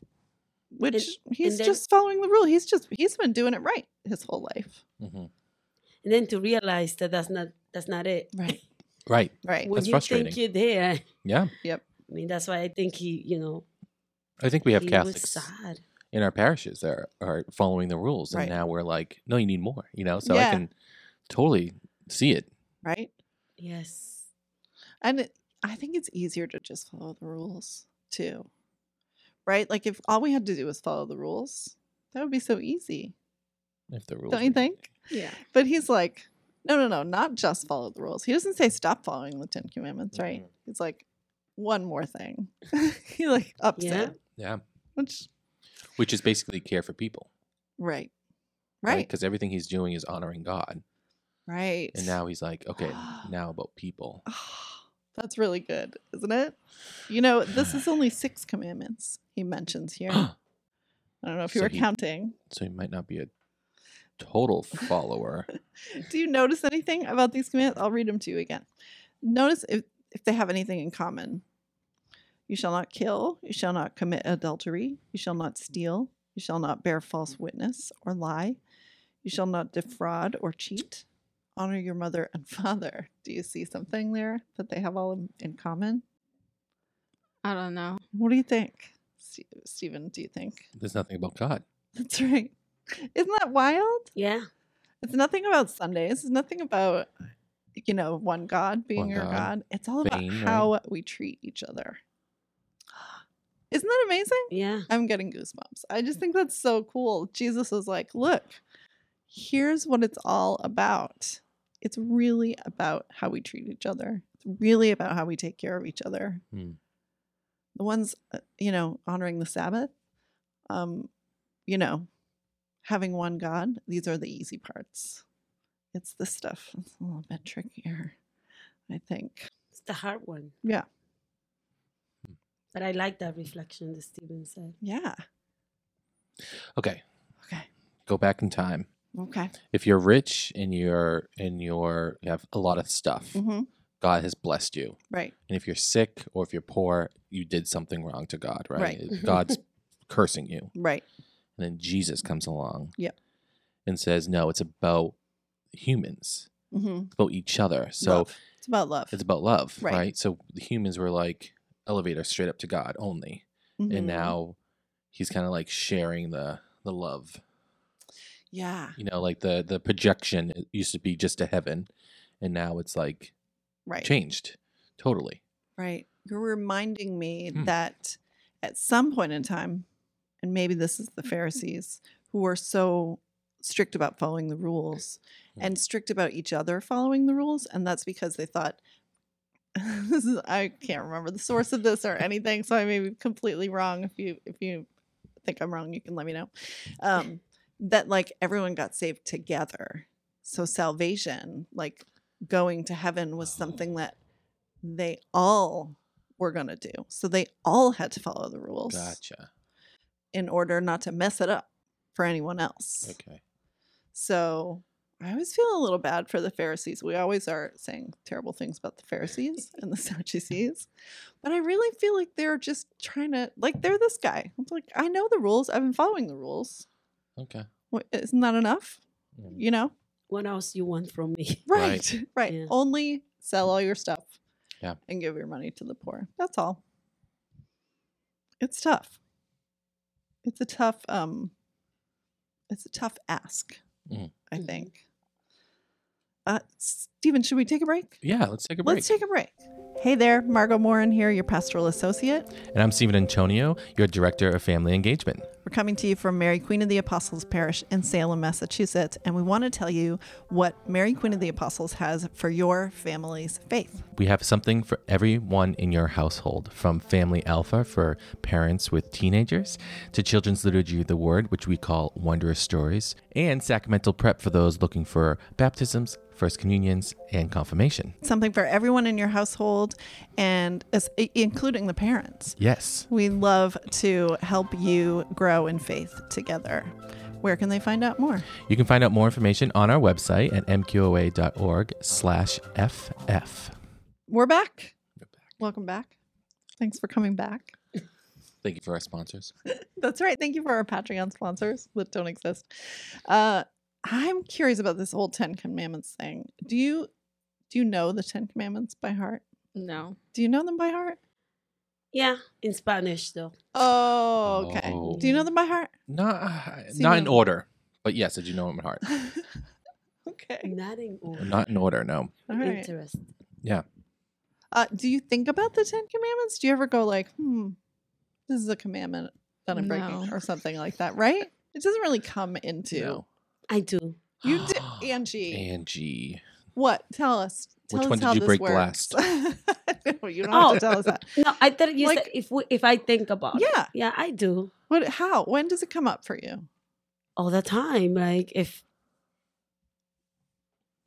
Speaker 1: which he's
Speaker 4: then-
Speaker 1: just following the rule. He's just he's been doing it right his whole life.
Speaker 3: Mhm.
Speaker 4: and then to realize that that's not that's not it.
Speaker 1: Right.
Speaker 3: Right.
Speaker 1: Right.
Speaker 4: When
Speaker 3: That's
Speaker 4: you
Speaker 3: frustrating.
Speaker 4: think you're there,
Speaker 3: Yeah.
Speaker 4: I mean that's why I think he, you know,
Speaker 3: I think we have
Speaker 4: he
Speaker 3: Catholics
Speaker 4: was sad.
Speaker 3: in our parishes that are, are following the rules,
Speaker 1: Right.
Speaker 3: and now we're like, no, you need more. You know, so I
Speaker 1: Yeah.
Speaker 3: can totally see it.
Speaker 1: Right.
Speaker 4: Yes.
Speaker 1: And it, I think it's easier to just follow the rules too. Right? Like if all we had to do was follow the rules, that would be so easy.
Speaker 3: If the rules
Speaker 1: Don't you
Speaker 3: were-
Speaker 1: think?
Speaker 2: Yeah.
Speaker 1: But he's like, no, no, no, not just follow the rules. He doesn't say stop following the Ten Commandments, right?
Speaker 3: Mhm.
Speaker 1: He's like, one more thing. he like ups
Speaker 4: Yeah.
Speaker 1: it.
Speaker 3: Yeah,
Speaker 1: Which
Speaker 3: which is basically care for people,
Speaker 1: right. Right.
Speaker 3: Because everything he's doing is honoring God,
Speaker 1: Right.
Speaker 3: and now he's like, okay, now about people.
Speaker 1: that's really good, isn't it? You know, this is only six commandments he mentions here. I
Speaker 3: so
Speaker 1: don't know if you
Speaker 3: So
Speaker 1: were
Speaker 3: he-
Speaker 1: counting.
Speaker 3: he might not be a total follower.
Speaker 1: Do you notice anything about these commands? I'll read them to you again. Notice if, if they have anything in common. You shall not kill. You shall not commit adultery. You shall not steal. You shall not bear false witness or lie. You shall not defraud or cheat. Honor your mother and father. Do you see something there that they have all in, in common?
Speaker 2: I don't know.
Speaker 1: What do you think, Ste- Stephen? Do you think
Speaker 3: There's nothing about God.
Speaker 1: that's right? Isn't that wild?
Speaker 4: Yeah.
Speaker 1: It's nothing about Sundays. It's nothing about you know one God being
Speaker 3: One
Speaker 1: your
Speaker 3: God.
Speaker 1: God. It's all about
Speaker 3: Vain, right?
Speaker 1: how we treat each other. Isn't that amazing?
Speaker 4: Yeah.
Speaker 1: I'm getting goosebumps. I just think that's so cool. Jesus is like, look, here's what it's all about. It's really about how we treat each other. It's really about how we take care of each other.
Speaker 3: Hmm.
Speaker 1: The ones, uh, you know, honoring the Sabbath, um, you know, having one God, these are the easy parts. It's the stuff that's a little bit trickier, I think.
Speaker 4: It's the hard one.
Speaker 1: Yeah.
Speaker 4: But I like that reflection that Steven said.
Speaker 1: Yeah.
Speaker 3: Okay,
Speaker 1: Okay.
Speaker 3: go back in time.
Speaker 1: Okay.
Speaker 3: If you're rich and you're and you're you have a lot of stuff,
Speaker 1: hmm
Speaker 3: God has blessed you.
Speaker 1: Right.
Speaker 3: And if you're sick or if you're poor, you did something wrong to God, right?
Speaker 1: Mm-hmm.
Speaker 4: Right.
Speaker 3: God's cursing you.
Speaker 1: Right.
Speaker 3: And then Jesus comes along
Speaker 1: Yep.
Speaker 3: and says, No, it's about humans,
Speaker 1: hmm
Speaker 3: it's about each other. So
Speaker 1: Love. It's about love.
Speaker 3: it's about love, right.
Speaker 1: Right.
Speaker 3: So the humans were like elevator straight up to God only.
Speaker 1: Mhm.
Speaker 3: And now he's kind of like sharing the the love.
Speaker 1: Yeah.
Speaker 3: You know, like the the projection it used to be just to heaven and now it's like
Speaker 1: Right.
Speaker 3: changed totally.
Speaker 1: Right. You're reminding me
Speaker 3: Hmm.
Speaker 1: that at some point in time, and maybe this is the Pharisees who were so strict about following the rules and strict about each other following the rules. And that's because they thought, this is, I can't remember the source of this or anything. So I may be completely wrong. If you, if you think I'm wrong, you can let me know. Um, that like everyone got saved together. So salvation, like going to heaven, was something that they all were going to do. So they all had to follow the rules
Speaker 3: Gotcha.
Speaker 1: in order not to mess it up for anyone else.
Speaker 3: Okay.
Speaker 1: So I always feel a little bad for the Pharisees. We always are saying terrible things about the Pharisees and the Sadducees. But I really feel like they're just trying to, like, they're this guy. It's like, I know the rules. I've been following the rules.
Speaker 3: Okay.
Speaker 1: Wha- Isn't that enough?
Speaker 3: Mm.
Speaker 1: You know?
Speaker 4: What else you want from me?
Speaker 1: Right. Right.
Speaker 4: Yeah.
Speaker 1: Only sell all your stuff
Speaker 3: Yeah.
Speaker 1: and give your money to the poor. That's all. It's tough. It's a tough, um, it's a tough ask,
Speaker 3: Mm.
Speaker 1: I
Speaker 4: Mhm.
Speaker 1: think. Uh, Stephen, should we take a break?
Speaker 3: Yeah, let's take a break.
Speaker 1: Let's take a break. Hey there, Margot Morin here, your pastoral associate.
Speaker 3: And I'm Stephen Antonio, your Director of Family Engagement.
Speaker 1: We're coming to you from Mary Queen of the Apostles Parish in Salem, Massachusetts, and we want to tell you what Mary Queen of the Apostles has for your family's faith.
Speaker 3: We have something for everyone in your household, from Family Alpha for parents with teenagers, to Children's Liturgy of the Word, which we call Wondrous Stories, and Sacramental Prep for those looking for baptisms, First Communions, and Confirmation.
Speaker 1: Something for everyone in your household, and as, i- including the parents.
Speaker 3: Yes.
Speaker 1: We love to help you grow in faith together. Where can they find out more?
Speaker 3: You can find out more information on our website at mqoa.org slash ff.
Speaker 1: We're back. Welcome back. Thanks for coming back.
Speaker 3: Thank you for our sponsors.
Speaker 1: That's right. Thank you for our Patreon sponsors that don't exist. Uh, I'm curious about this whole Ten Commandments thing. Do you do you know the Ten Commandments by heart?
Speaker 2: No.
Speaker 1: Do you know them by heart?
Speaker 4: Yeah, in Spanish though.
Speaker 1: Oh, okay. Do you know
Speaker 3: Oh.
Speaker 1: them by heart?
Speaker 3: Not, uh,
Speaker 1: So you
Speaker 3: not in
Speaker 1: know-
Speaker 3: order, but yes, I do know them in heart.
Speaker 1: okay.
Speaker 4: Not in order.
Speaker 3: Not in order, no.
Speaker 1: All right.
Speaker 4: Interest.
Speaker 1: Uh, do you think about the Ten Commandments? Do you ever go like, hmm, this is a commandment that I'm breaking
Speaker 2: No.
Speaker 1: or something like that, right? It doesn't really come into
Speaker 3: No.
Speaker 4: I do.
Speaker 1: you did Angie.
Speaker 3: Angie.
Speaker 1: what? Tell us. Tell
Speaker 3: Which
Speaker 1: us
Speaker 3: one did
Speaker 1: how
Speaker 3: you
Speaker 1: this
Speaker 3: break
Speaker 1: works.
Speaker 3: last?
Speaker 1: no, you don't have
Speaker 4: Oh.
Speaker 1: to tell us that.
Speaker 4: No, I thought you
Speaker 1: Like-
Speaker 4: said if we, if I think about it.
Speaker 1: Yeah.
Speaker 4: Yeah, I do
Speaker 1: What how? When does it come up for you?
Speaker 4: all the time. Like if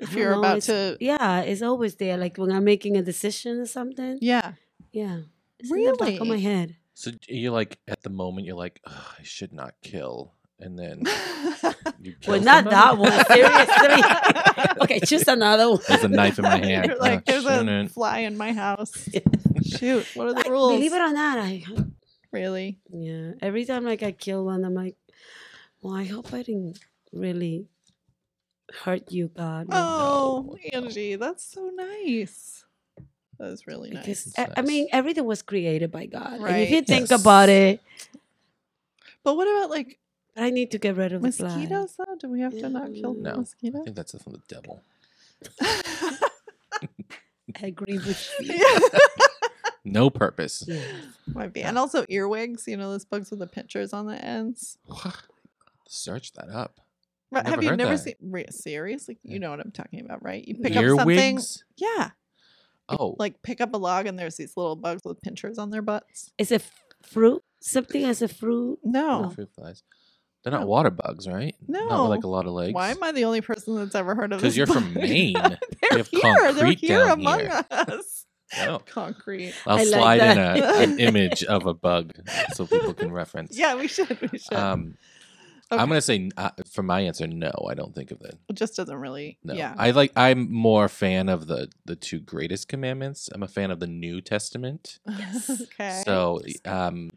Speaker 4: I
Speaker 1: If
Speaker 4: don't
Speaker 1: you're
Speaker 4: know,
Speaker 1: about
Speaker 4: it's-
Speaker 1: to
Speaker 4: yeah, it's always there. Like when I'm making a decision or something.
Speaker 1: Yeah.
Speaker 4: Yeah, it's in the back of my
Speaker 1: Really?
Speaker 4: head.
Speaker 3: So you're like, at the moment, you're like, "Ugh, I should not kill. And then you kill
Speaker 4: Well, not that
Speaker 3: somebody?
Speaker 4: one. Seriously. okay, choose another one.
Speaker 3: There's a knife in my hand.
Speaker 1: You're like,
Speaker 3: Oh,
Speaker 1: there's a
Speaker 3: shouldn't."
Speaker 1: fly in my house.
Speaker 4: Yeah.
Speaker 1: Shoot, what are the
Speaker 4: I-
Speaker 1: rules?
Speaker 4: believe it or not, I
Speaker 1: really?
Speaker 4: yeah. Every time like I kill one, I'm like, well, I hope I didn't really hurt you, God. or-
Speaker 1: Oh,
Speaker 3: no.
Speaker 1: Angie, that's so nice. That is really nice.
Speaker 4: because
Speaker 3: It's
Speaker 4: I, I
Speaker 3: nice.
Speaker 4: mean everything was created by God. And if you
Speaker 1: Right.
Speaker 4: think
Speaker 3: Yes.
Speaker 4: about it,
Speaker 1: But what about like
Speaker 4: I need to get rid of The
Speaker 1: mosquitoes though? Do we have to not kill
Speaker 4: Yeah.
Speaker 3: No. I
Speaker 1: mosquitoes?
Speaker 3: think that's from the devil.
Speaker 4: fly. I agree with you.
Speaker 1: Yeah.
Speaker 3: No purpose.
Speaker 4: Yes.
Speaker 1: Might be. And also earwigs, you know, those bugs with the pinchers on the ends.
Speaker 3: Search that up.
Speaker 1: Right,
Speaker 3: Never
Speaker 1: Have you
Speaker 3: heard
Speaker 1: never
Speaker 3: that.
Speaker 1: seen re- seriously? You
Speaker 3: Yeah.
Speaker 1: know what I'm talking about, right? You pick up something.
Speaker 3: Earwigs?
Speaker 1: Yeah.
Speaker 3: Oh,
Speaker 1: Like pick up a log and there's these little bugs with pinchers on their butts.
Speaker 4: Is it fruit? Something as a fruit?
Speaker 3: no
Speaker 1: No.
Speaker 3: fruit flies. They're not
Speaker 1: No.
Speaker 3: water bugs, right? Not with, like
Speaker 1: Oh. No.
Speaker 3: a lot of legs.
Speaker 1: Why am I the only person that's ever heard of this?
Speaker 3: Because you're from
Speaker 1: bug?
Speaker 3: Maine.
Speaker 1: They're
Speaker 3: have
Speaker 1: here. They're
Speaker 3: concrete
Speaker 1: here
Speaker 3: down
Speaker 1: among
Speaker 3: here.
Speaker 1: us.
Speaker 3: No.
Speaker 1: Concrete.
Speaker 3: I'll
Speaker 4: I like
Speaker 3: slide in a,
Speaker 4: that.
Speaker 3: an image of a bug so people can reference.
Speaker 1: Yeah, we should. We should.
Speaker 3: Um,
Speaker 1: Okay.
Speaker 3: I'm gonna say uh, for my answer, no. I don't think of that.
Speaker 1: it just doesn't really.
Speaker 3: No.
Speaker 1: Yeah.
Speaker 3: I like. I'm more a fan of the the two greatest commandments. I'm a fan of the New Testament.
Speaker 4: Yes.
Speaker 1: okay.
Speaker 3: So, um,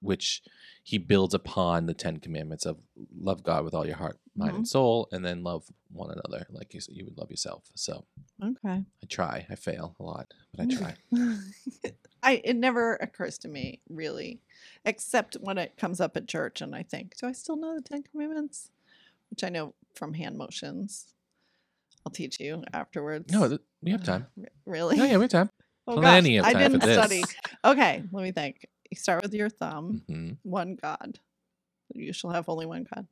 Speaker 3: which he builds upon the Ten Commandments of love God with all your heart,
Speaker 1: Mm-hmm.
Speaker 3: mind, and soul, and then love one another like you, s- you would love yourself. So
Speaker 1: okay.
Speaker 3: I try. I fail a lot, but I
Speaker 1: Mm.
Speaker 3: try.
Speaker 1: I it never occurs to me really, except when it comes up at church, and I think, do I still know the Ten Commandments? Which I know from hand motions. I'll teach you afterwards. Uh,
Speaker 3: No, th- we have time.
Speaker 1: Re- really?
Speaker 3: No, yeah, we have time.
Speaker 1: Oh,
Speaker 3: plenty of
Speaker 1: I
Speaker 3: time for
Speaker 1: didn't
Speaker 3: this.
Speaker 1: study. Okay, let me think. You start with your thumb.
Speaker 3: hmm
Speaker 1: One God. You shall have only one God.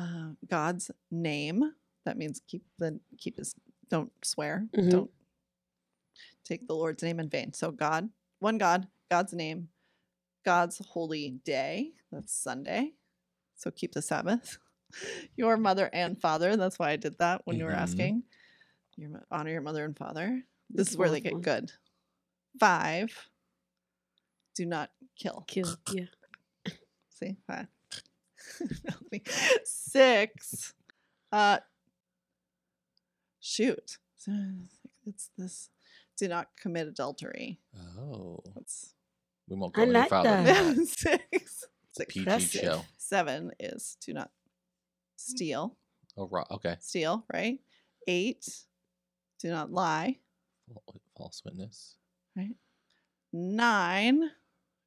Speaker 1: Uh, God's name. That means keep the keep his. Don't swear.
Speaker 4: Mhm.
Speaker 1: Don't take the Lord's name in vain. So God, one God, God's name, God's holy day. That's Sunday. So keep the Sabbath. Your mother and father. That's why I did that when you were
Speaker 4: Mm-hmm.
Speaker 1: asking.
Speaker 3: Mhm.
Speaker 1: Your mo- honor your mother and father. This
Speaker 4: That's
Speaker 1: is where they
Speaker 4: awful.
Speaker 1: get good. Five. Do not kill.
Speaker 4: Kill. Yeah.
Speaker 1: See five. Melody. Six. Uh. Shoot. So, It's this. Do not commit adultery.
Speaker 3: Oh,
Speaker 1: That's
Speaker 3: we won't go
Speaker 4: I
Speaker 3: any
Speaker 4: like
Speaker 3: farther. than
Speaker 4: that.
Speaker 3: that.
Speaker 1: six. Six.
Speaker 3: PG
Speaker 4: Impressive.
Speaker 3: show.
Speaker 1: Seven is do not steal.
Speaker 3: Oh, raw. okay.
Speaker 1: Steal, right? Eight. Do not lie.
Speaker 3: Fal- False witness.
Speaker 1: Nine.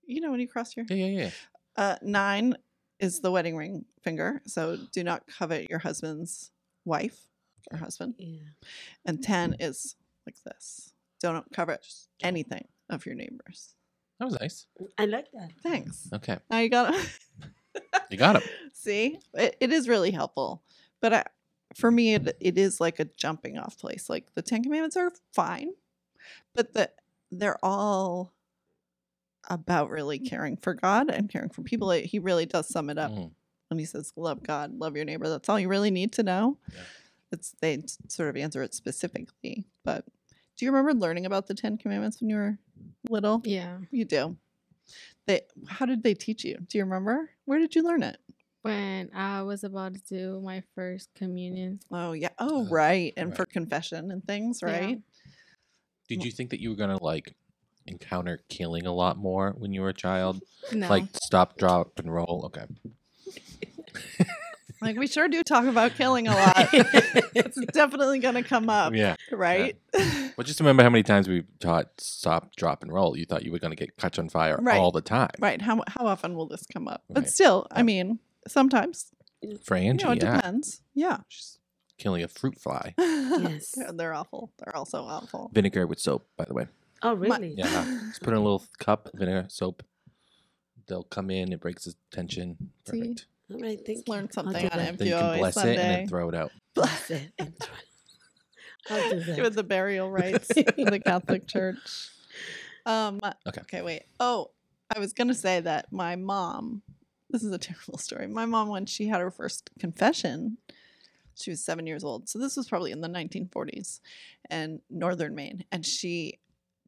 Speaker 1: You know when you cross your
Speaker 3: Yeah, yeah, yeah.
Speaker 1: Uh, nine is the wedding ring finger. So do not covet your husband's wife or husband.
Speaker 4: Yeah.
Speaker 1: And 10 is like this don't covet
Speaker 3: Mm-hmm. don't.
Speaker 1: anything of your neighbors.
Speaker 3: That was nice.
Speaker 4: I like that.
Speaker 1: Thanks.
Speaker 3: Okay,
Speaker 1: Now you got it.
Speaker 3: Mm-hmm. you got him.
Speaker 1: See, it, it is really helpful. But I, for me, it, it is like a jumping off place. Like the Ten Commandments are fine, but the, they're all about really
Speaker 3: Mm.
Speaker 1: caring for God and caring for people. He really does sum it up.
Speaker 3: Mm.
Speaker 1: when he says love god love your neighbor that's all you really need to know
Speaker 3: Yeah.
Speaker 1: it's they s- sort of answer it specifically but do you remember learning about the ten commandments when you were little
Speaker 2: Yeah.
Speaker 1: you do they how did they teach you do you remember where did you learn it
Speaker 2: When I was about to do my first communion,
Speaker 1: oh yeah oh
Speaker 3: Uh,
Speaker 1: right and
Speaker 3: right.
Speaker 1: for confession and things
Speaker 2: Yeah.
Speaker 1: right
Speaker 3: Did you think that you were gonna like encounter killing a lot more when you were a child?
Speaker 2: No.
Speaker 3: Like stop, drop, and roll. Okay.
Speaker 1: Like we sure do talk about killing a lot. it's definitely going to come up,
Speaker 3: Yeah.
Speaker 1: right?
Speaker 3: Well, just remember how many times we taught stop, drop, and roll. You thought you were going to get catch on fire
Speaker 1: Right.
Speaker 3: all the time.
Speaker 1: right. How how often will this come up?
Speaker 3: Right.
Speaker 1: But still, I
Speaker 3: Yep.
Speaker 1: mean, sometimes
Speaker 3: For
Speaker 1: you
Speaker 3: Angie,
Speaker 1: know, it
Speaker 3: yeah.
Speaker 1: depends. Yeah.
Speaker 3: She's killing a fruit fly.
Speaker 4: Yes.
Speaker 1: Yeah, they're awful. They're also awful.
Speaker 3: Vinegar with soap, by the way.
Speaker 4: Oh,
Speaker 1: My-
Speaker 4: really?
Speaker 3: Yeah. Just put in a little cup, vinegar, soap. They'll come in. It breaks the tension.
Speaker 1: See?
Speaker 3: Perfect.
Speaker 4: All right, thank
Speaker 1: Just learned
Speaker 4: you. I'll
Speaker 1: something
Speaker 4: do
Speaker 1: on
Speaker 4: that.
Speaker 1: him.
Speaker 3: Then you can
Speaker 1: MPO
Speaker 3: bless it and
Speaker 1: Sunday.
Speaker 3: then throw it out.
Speaker 4: Bless it and try- I'll do that.
Speaker 1: With the burial rites in the Catholic Church. Um,
Speaker 3: Okay.
Speaker 1: Okay, wait. Oh, I was going to say that my mom, this is a terrible story. My mom, when she had her first confession, she was seven years old. So this was probably in the 1940s and northern Maine. And she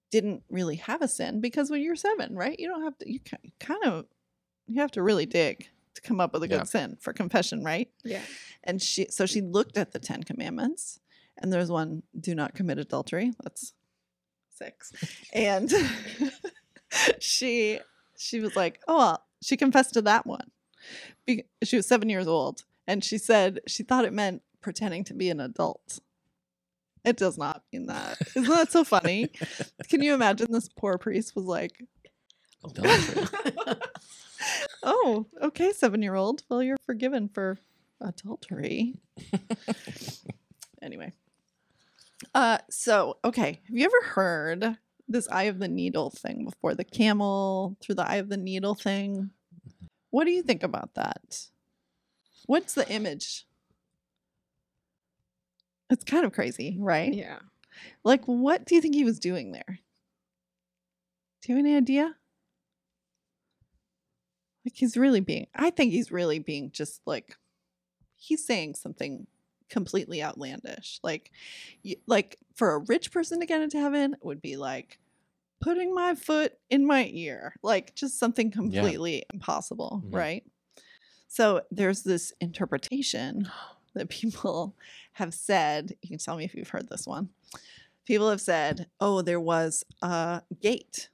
Speaker 1: didn't really have a sin because when you're seven, right? You don't have to, you ki- you kind of, you have to really dig to come up with a good
Speaker 3: Yeah.
Speaker 1: sin for confession, right?
Speaker 2: yeah.
Speaker 1: and she so she looked at the ten commandments and there's one do not commit adultery that's six and she she was like oh well, she confessed to that one Be- she was seven years old and she said she thought it meant pretending to be an adult it does not mean that isn't that so funny can you imagine this poor priest was like
Speaker 3: Adultery.
Speaker 1: oh, okay, seven year old. Well, you're forgiven for adultery. anyway. Uh so okay. Have you ever heard this eye of the needle thing before? The camel through the eye of the needle thing? What do you think about that? What's the image? It's kind of crazy, right?
Speaker 2: Yeah.
Speaker 1: Like what do you think he was doing there? Do you have any idea? Like he's really being I think he's really being just like he's saying something completely outlandish. Like y- like for a rich person to get into heaven it would be like putting my foot in my ear. Like just something completely impossible,
Speaker 3: Mhm.
Speaker 1: right? So there's this interpretation that people have said, you can tell me if you've heard this one. People have said, oh, there was a gate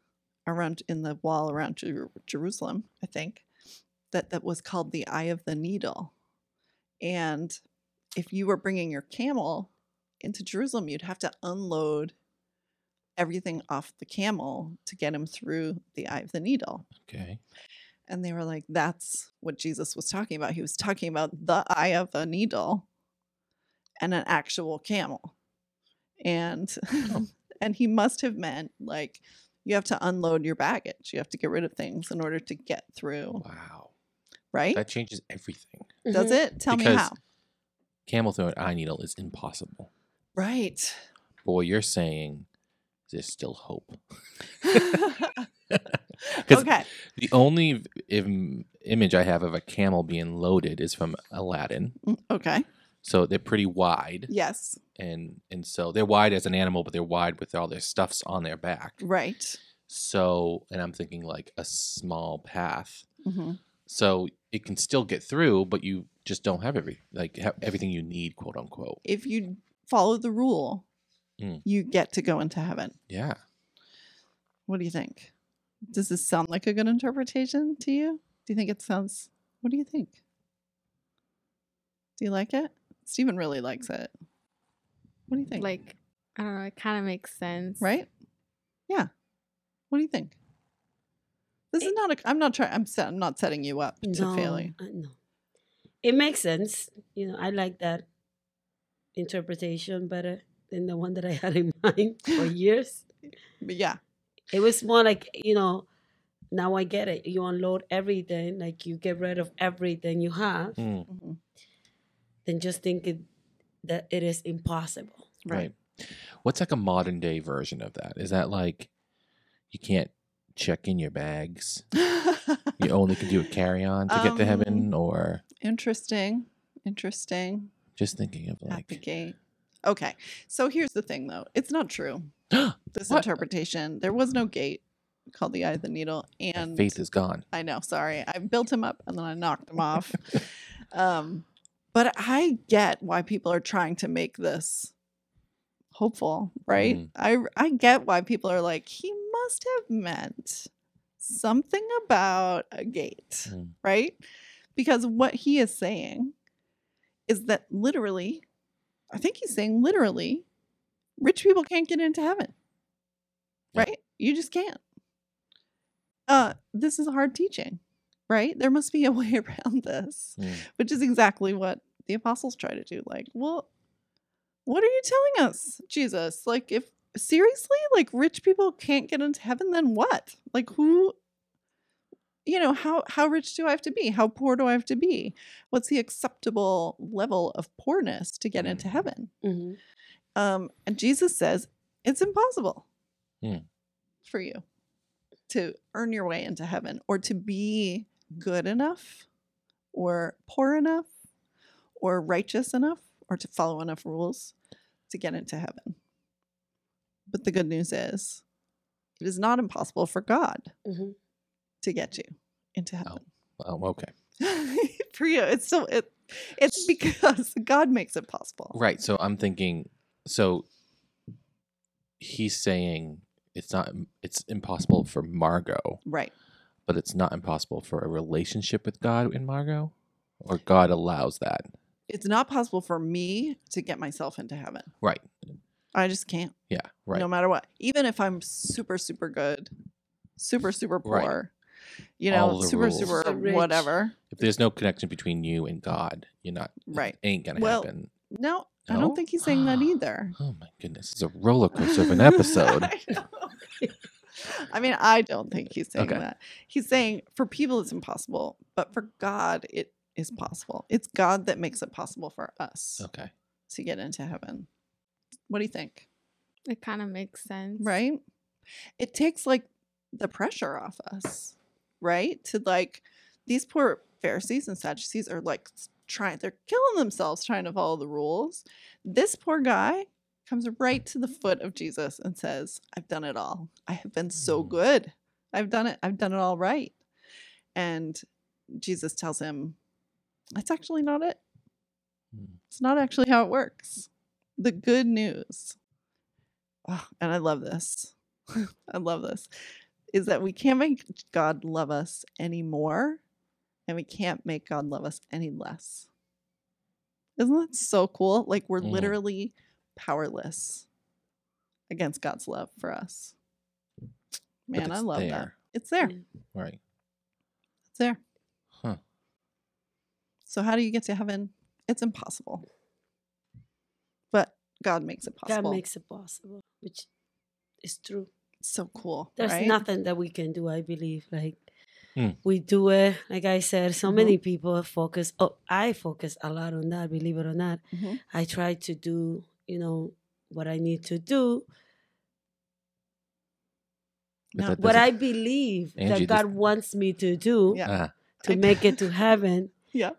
Speaker 1: around in the wall around Jer- Jerusalem, I think, that, that was called the Eye of the Needle. And if you were bringing your camel into Jerusalem, you'd have to unload everything off the camel to get him through the Eye of the Needle.
Speaker 3: okay.
Speaker 1: And they were like, that's what Jesus was talking about. He was talking about the eye of a needle and an actual camel. And
Speaker 3: Oh.
Speaker 1: and he must have meant like you have to unload your baggage. You have to get rid of things in order to get through,
Speaker 3: Wow.
Speaker 1: right?
Speaker 3: That changes everything.
Speaker 1: Does it? Tell me
Speaker 3: Because-
Speaker 1: how.
Speaker 3: Camel through an eye needle is impossible.
Speaker 1: Right.
Speaker 3: Boy, you're saying there's still hope. Because
Speaker 1: okay.
Speaker 3: the only v- Im- image I have of a camel being loaded is from Aladdin.
Speaker 1: Mm, Okay.
Speaker 3: So they're pretty wide,
Speaker 1: Yes.
Speaker 3: and and so they're wide as an animal, but they're wide with all their stuffs on their back.
Speaker 1: Right.
Speaker 3: So, and I'm thinking like a small path.
Speaker 1: hmm
Speaker 3: So it can still get through, but you just don't have every like ha- everything you need, quote unquote.
Speaker 1: If you follow the rule,
Speaker 3: Mm.
Speaker 1: you get to go into heaven.
Speaker 3: Yeah.
Speaker 1: What do you think? Does this sound like a good interpretation to you? Do you think it sounds? What do you think? Do you like it? Stephen really likes it. What do you think?
Speaker 2: Like, I don't know. It kind of makes sense.
Speaker 1: right? Yeah. What do you think? This is
Speaker 4: It-
Speaker 1: not a. I'm not trying. I'm set, I'm not setting you up to
Speaker 4: no,
Speaker 1: failing.
Speaker 4: uh, no. It makes sense. You know, I like that interpretation better than the one that I had in mind for years.
Speaker 1: But yeah,
Speaker 4: It was more like, you know, now I get it. You unload everything, like you get rid of everything you have,
Speaker 3: Mm,
Speaker 1: mhm,
Speaker 4: then just think it, that it is impossible.
Speaker 1: right.
Speaker 3: right. What's like a modern day version of that? Is that like you can't check in your bags? You only can do a carry on to get to heaven, or
Speaker 1: Interesting. Interesting.
Speaker 3: just thinking of
Speaker 1: At the
Speaker 3: like
Speaker 1: gate. Okay. So here's the thing, though. It's not true. this
Speaker 3: What?
Speaker 1: interpretation. There was no gate called the eye of the needle,
Speaker 3: my
Speaker 1: and
Speaker 3: faith is gone.
Speaker 1: I know. Sorry, I built him up and then I knocked him off. um, but I get why people are trying to make this hopeful, right?
Speaker 3: Mhm.
Speaker 1: I I get why people are like he must have meant something about a gate,
Speaker 3: Mm.
Speaker 1: right? Because what he is saying is that literally, I think he's saying literally, rich people can't get into heaven,
Speaker 3: Yeah.
Speaker 1: right? You just can't. Uh, this is hard teaching, right? There must be a way around this
Speaker 3: Mm.
Speaker 1: which is exactly what the apostles try to do. Like, well, what are you telling us, Jesus? Like, if seriously, like rich people can't get into heaven, then what? Like, who? You know how how rich do I have to be? How poor do I have to be? What's the acceptable level of poorness to get into
Speaker 3: Mhm.
Speaker 1: heaven?
Speaker 4: Mhm.
Speaker 1: Um, and Jesus says it's impossible
Speaker 3: Hmm.
Speaker 1: for you to earn your way into heaven or to be good enough or poor enough or righteous enough or to follow enough rules to get into heaven. But the good news is it is not impossible for God
Speaker 4: Mhm.
Speaker 1: to get you into heaven.
Speaker 3: Oh, okay.
Speaker 1: for you, it's so it, it's because God makes it possible.
Speaker 3: Right. So I'm thinking. So he's saying it's not. It's impossible for Margot,
Speaker 1: Right.
Speaker 3: but it's not impossible for a relationship with God in Margot, or God allows that.
Speaker 1: it's not possible for me to get myself into heaven.
Speaker 3: Right.
Speaker 1: I just can't,
Speaker 3: Yeah. Right.
Speaker 1: no matter what. Even if I'm super, super good, super, super
Speaker 3: Right.
Speaker 1: poor, you know,
Speaker 3: All the
Speaker 1: super,
Speaker 3: rules.
Speaker 1: super
Speaker 4: So rich.
Speaker 1: whatever.
Speaker 3: if there's no connection between you and God, you're not. it
Speaker 1: Right.
Speaker 3: Ain't gonna
Speaker 1: Well,
Speaker 3: happen.
Speaker 1: No, I
Speaker 3: No?
Speaker 1: don't think he's saying that either.
Speaker 3: Oh my goodness! It's a roller coaster of an episode.
Speaker 1: I know. I mean, I don't think he's saying
Speaker 3: Okay.
Speaker 1: that. He's saying for people it's impossible, but for God it is possible. It's God that makes it possible for us
Speaker 3: okay.
Speaker 1: to get into heaven. What do you think?
Speaker 2: It kind of makes sense.
Speaker 1: right? It takes like the pressure off us, right? To like these poor Pharisees and Sadducees are like s- trying, they're killing themselves trying to follow the rules. This poor guy comes right to the foot of Jesus and says, I've done it all. I have been so
Speaker 3: Mm.
Speaker 1: good. I've done it. I've done it all right. And Jesus tells him, That's actually not it.
Speaker 3: Mm.
Speaker 1: It's not actually how it works. The good news, oh, and I love this. I love this, is that we can't make God love us anymore, and we can't make God love us any less. Isn't that so cool? Like we're
Speaker 3: Mm.
Speaker 1: literally powerless against God's love for us.
Speaker 3: But
Speaker 1: Man, I
Speaker 3: it's
Speaker 1: love that.
Speaker 3: there. Mm.
Speaker 1: It's there.
Speaker 4: Yeah.
Speaker 3: Right.
Speaker 1: It's there.
Speaker 3: Huh.
Speaker 1: So how do you get to heaven? It's impossible. But God makes it
Speaker 4: God
Speaker 1: possible.
Speaker 4: makes it possible, which is true.
Speaker 1: so cool.
Speaker 4: Mm. There's
Speaker 1: right?
Speaker 4: nothing that we can do, I believe. Like
Speaker 3: Hmm.
Speaker 4: we do it, like I said, so
Speaker 1: Mhm.
Speaker 4: many people focus oh I focus a lot on that, believe it or not.
Speaker 1: Mhm.
Speaker 4: I try to do, you know, what I need to do.
Speaker 3: But
Speaker 1: No.
Speaker 3: that
Speaker 4: What
Speaker 3: doesn't-
Speaker 4: I believe
Speaker 3: Angie,
Speaker 4: that
Speaker 3: this-
Speaker 4: God wants me to do
Speaker 1: Yeah.
Speaker 3: Ah,
Speaker 1: I-
Speaker 4: to make it to heaven,
Speaker 1: Yeah.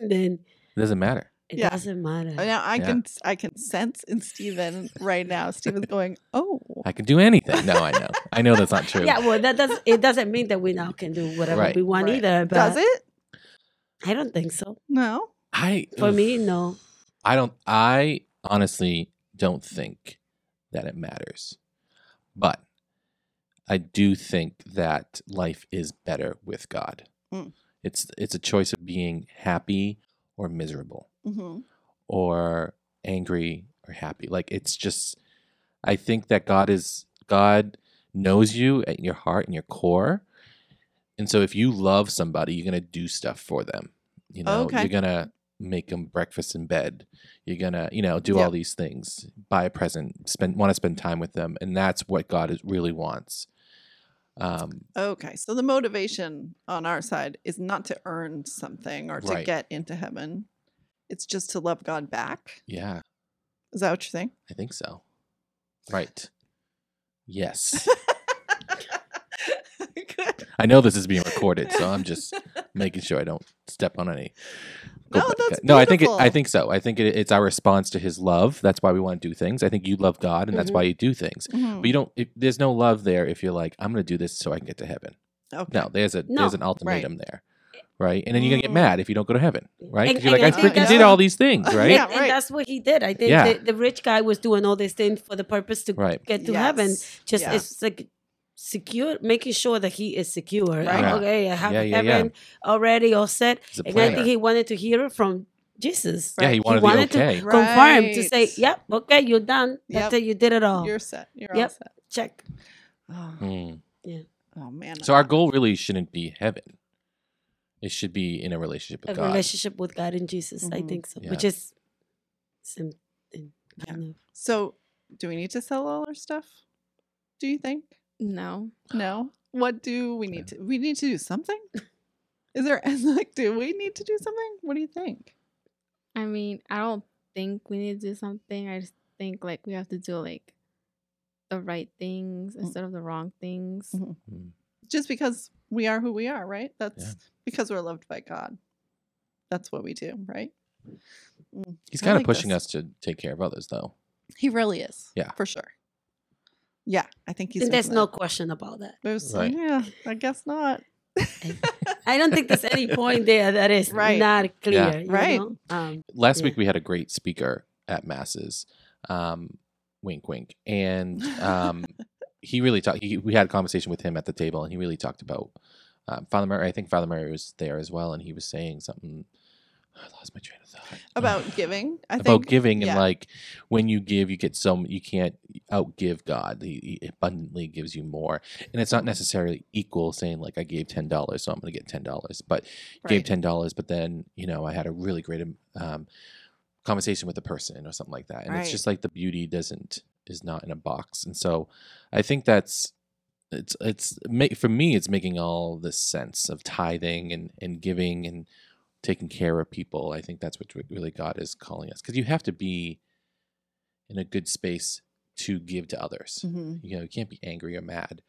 Speaker 4: and then
Speaker 3: it doesn't matter.
Speaker 4: it
Speaker 1: Yeah.
Speaker 4: doesn't matter.
Speaker 1: Now I
Speaker 3: Yeah.
Speaker 1: can I can sense in Steven right now. Steven's going, Oh,
Speaker 3: I can do anything. No, I know. I know that's not true.
Speaker 4: Yeah, well that does it doesn't mean that we now can do whatever
Speaker 3: Right.
Speaker 4: we want
Speaker 1: Right.
Speaker 4: either. But
Speaker 1: does it?
Speaker 4: I don't think so.
Speaker 1: No.
Speaker 3: I
Speaker 4: For
Speaker 3: oof.
Speaker 4: me, no.
Speaker 3: I don't. I honestly don't think that it matters, but I do think that life is better with God.
Speaker 1: Mm.
Speaker 3: It's it's a choice of being happy or miserable,
Speaker 1: hmm
Speaker 3: or angry or happy. Like it's just. I think that God is God knows you at your heart and your core, and so if you love somebody, you're gonna do stuff for them. You know,
Speaker 1: Okay.
Speaker 3: you're gonna make them breakfast in bed. You're gonna, you know, do
Speaker 1: Yeah.
Speaker 3: all these things, buy a present, spend, want to spend time with them, and that's what God is, really wants. Um,
Speaker 1: Okay. So the motivation on our side is not to earn something or to
Speaker 3: Right.
Speaker 1: get into heaven. It's just to love God back.
Speaker 3: yeah,
Speaker 1: Is that what you're saying?
Speaker 3: I think so. Right. Yes, Mm-hmm.
Speaker 1: Good.
Speaker 3: I know this is being recorded, so I'm just making sure I don't step on any. go
Speaker 1: No,
Speaker 3: back-
Speaker 1: that's
Speaker 3: no. I think it, I
Speaker 1: beautiful.
Speaker 3: think so. I think it, it's our response to His love. That's why we want to do things. I think you love God, and that's why you do things.
Speaker 1: Mhm.
Speaker 3: But you don't. If, there's no love there if you're like, I'm going to do this so I can get to heaven.
Speaker 1: Okay.
Speaker 3: No, there's a there's an ultimatum there, right? And then you're gonna get
Speaker 1: Mm.
Speaker 3: mad if you don't go to heaven, right?
Speaker 4: And-
Speaker 3: Because you're like,
Speaker 4: and
Speaker 3: I
Speaker 1: I think
Speaker 3: freaking
Speaker 1: that's
Speaker 3: did
Speaker 1: what-
Speaker 3: all these things, right?
Speaker 1: Yeah,
Speaker 4: And, and
Speaker 1: right.
Speaker 4: that's what he did. I think
Speaker 3: Yeah.
Speaker 4: the, the rich guy was doing all these things for the purpose to
Speaker 3: Right.
Speaker 4: get to heaven.
Speaker 1: Yes.
Speaker 4: Just
Speaker 1: Yeah.
Speaker 4: it's like secure, making sure that he is secure. Like,
Speaker 3: Yeah.
Speaker 4: Okay, I have
Speaker 3: Yeah, yeah, yeah.
Speaker 4: heaven already all set.
Speaker 3: He's a
Speaker 4: And I
Speaker 3: planner.
Speaker 4: think he wanted to hear it from Jesus.
Speaker 3: yeah, he
Speaker 4: He
Speaker 3: wanted,
Speaker 4: wanted
Speaker 3: the
Speaker 4: to-
Speaker 3: okay.
Speaker 4: Confirm to say,
Speaker 1: Right.
Speaker 4: yep, okay, you're done.
Speaker 1: Yep.
Speaker 4: That's it, you did it all.
Speaker 1: You're set. You're all
Speaker 4: Yep.
Speaker 1: set.
Speaker 4: Check.
Speaker 1: Oh,
Speaker 3: Mm.
Speaker 1: oh, man.
Speaker 3: So our goal really shouldn't be heaven. It should be in a relationship
Speaker 4: A
Speaker 3: with God.
Speaker 4: relationship with God and Jesus, I
Speaker 1: Mhm.
Speaker 4: think so,
Speaker 3: Yeah.
Speaker 4: which is sim- in- kind of.
Speaker 1: So, do we need to sell all our stuff? Do you think?
Speaker 2: No.
Speaker 1: No. What do we need to? We need to do something. Is there like? Do we need to do something? What do you think?
Speaker 2: I mean, I don't think we need to do something. I just think like we have to do like the right things instead of the wrong things.
Speaker 1: Mhm. Just because we are who we are, right? That's because we're loved by God. That's what we do, right?
Speaker 3: He's
Speaker 1: I
Speaker 3: kind of
Speaker 1: like
Speaker 3: pushing
Speaker 1: this.
Speaker 3: us to take care of others, though.
Speaker 1: He really is.
Speaker 3: Yeah.
Speaker 1: for sure. Yeah, I think he's.
Speaker 4: And there's
Speaker 1: with
Speaker 4: no
Speaker 1: that.
Speaker 4: question about that.
Speaker 1: There's-
Speaker 3: Right.
Speaker 1: Yeah, I guess not.
Speaker 4: I don't think there's any point there that is
Speaker 1: Right.
Speaker 4: not clear. you
Speaker 1: Right.
Speaker 4: know? Um,
Speaker 3: Last
Speaker 4: Yeah.
Speaker 3: week we had a great speaker at masses, um, wink, wink, and um, he really talked. He, we had a conversation with him at the table, and he really talked about um, Father Murray. I think Father Murray was there as well, and he was saying something. I lost my train of thought
Speaker 1: About giving, I
Speaker 3: about
Speaker 1: think.
Speaker 3: giving
Speaker 1: yeah.
Speaker 3: and like when you give you get so you can't outgive god he, he abundantly gives you more and it's not necessarily equal saying like i gave $10 so i'm going to get $10 but gave
Speaker 1: right.
Speaker 3: $10 but then you know i had a really great um, conversation with a person or something like that and it's
Speaker 1: Right.
Speaker 3: just like the beauty doesn't is not in a box and so i think that's it's it's ma- for me it's making all this sense of tithing and and giving and taking care of people i think that's what re- really god is calling us because you have to be in a good space to give to others
Speaker 1: Mhm.
Speaker 3: you know you can't be angry or mad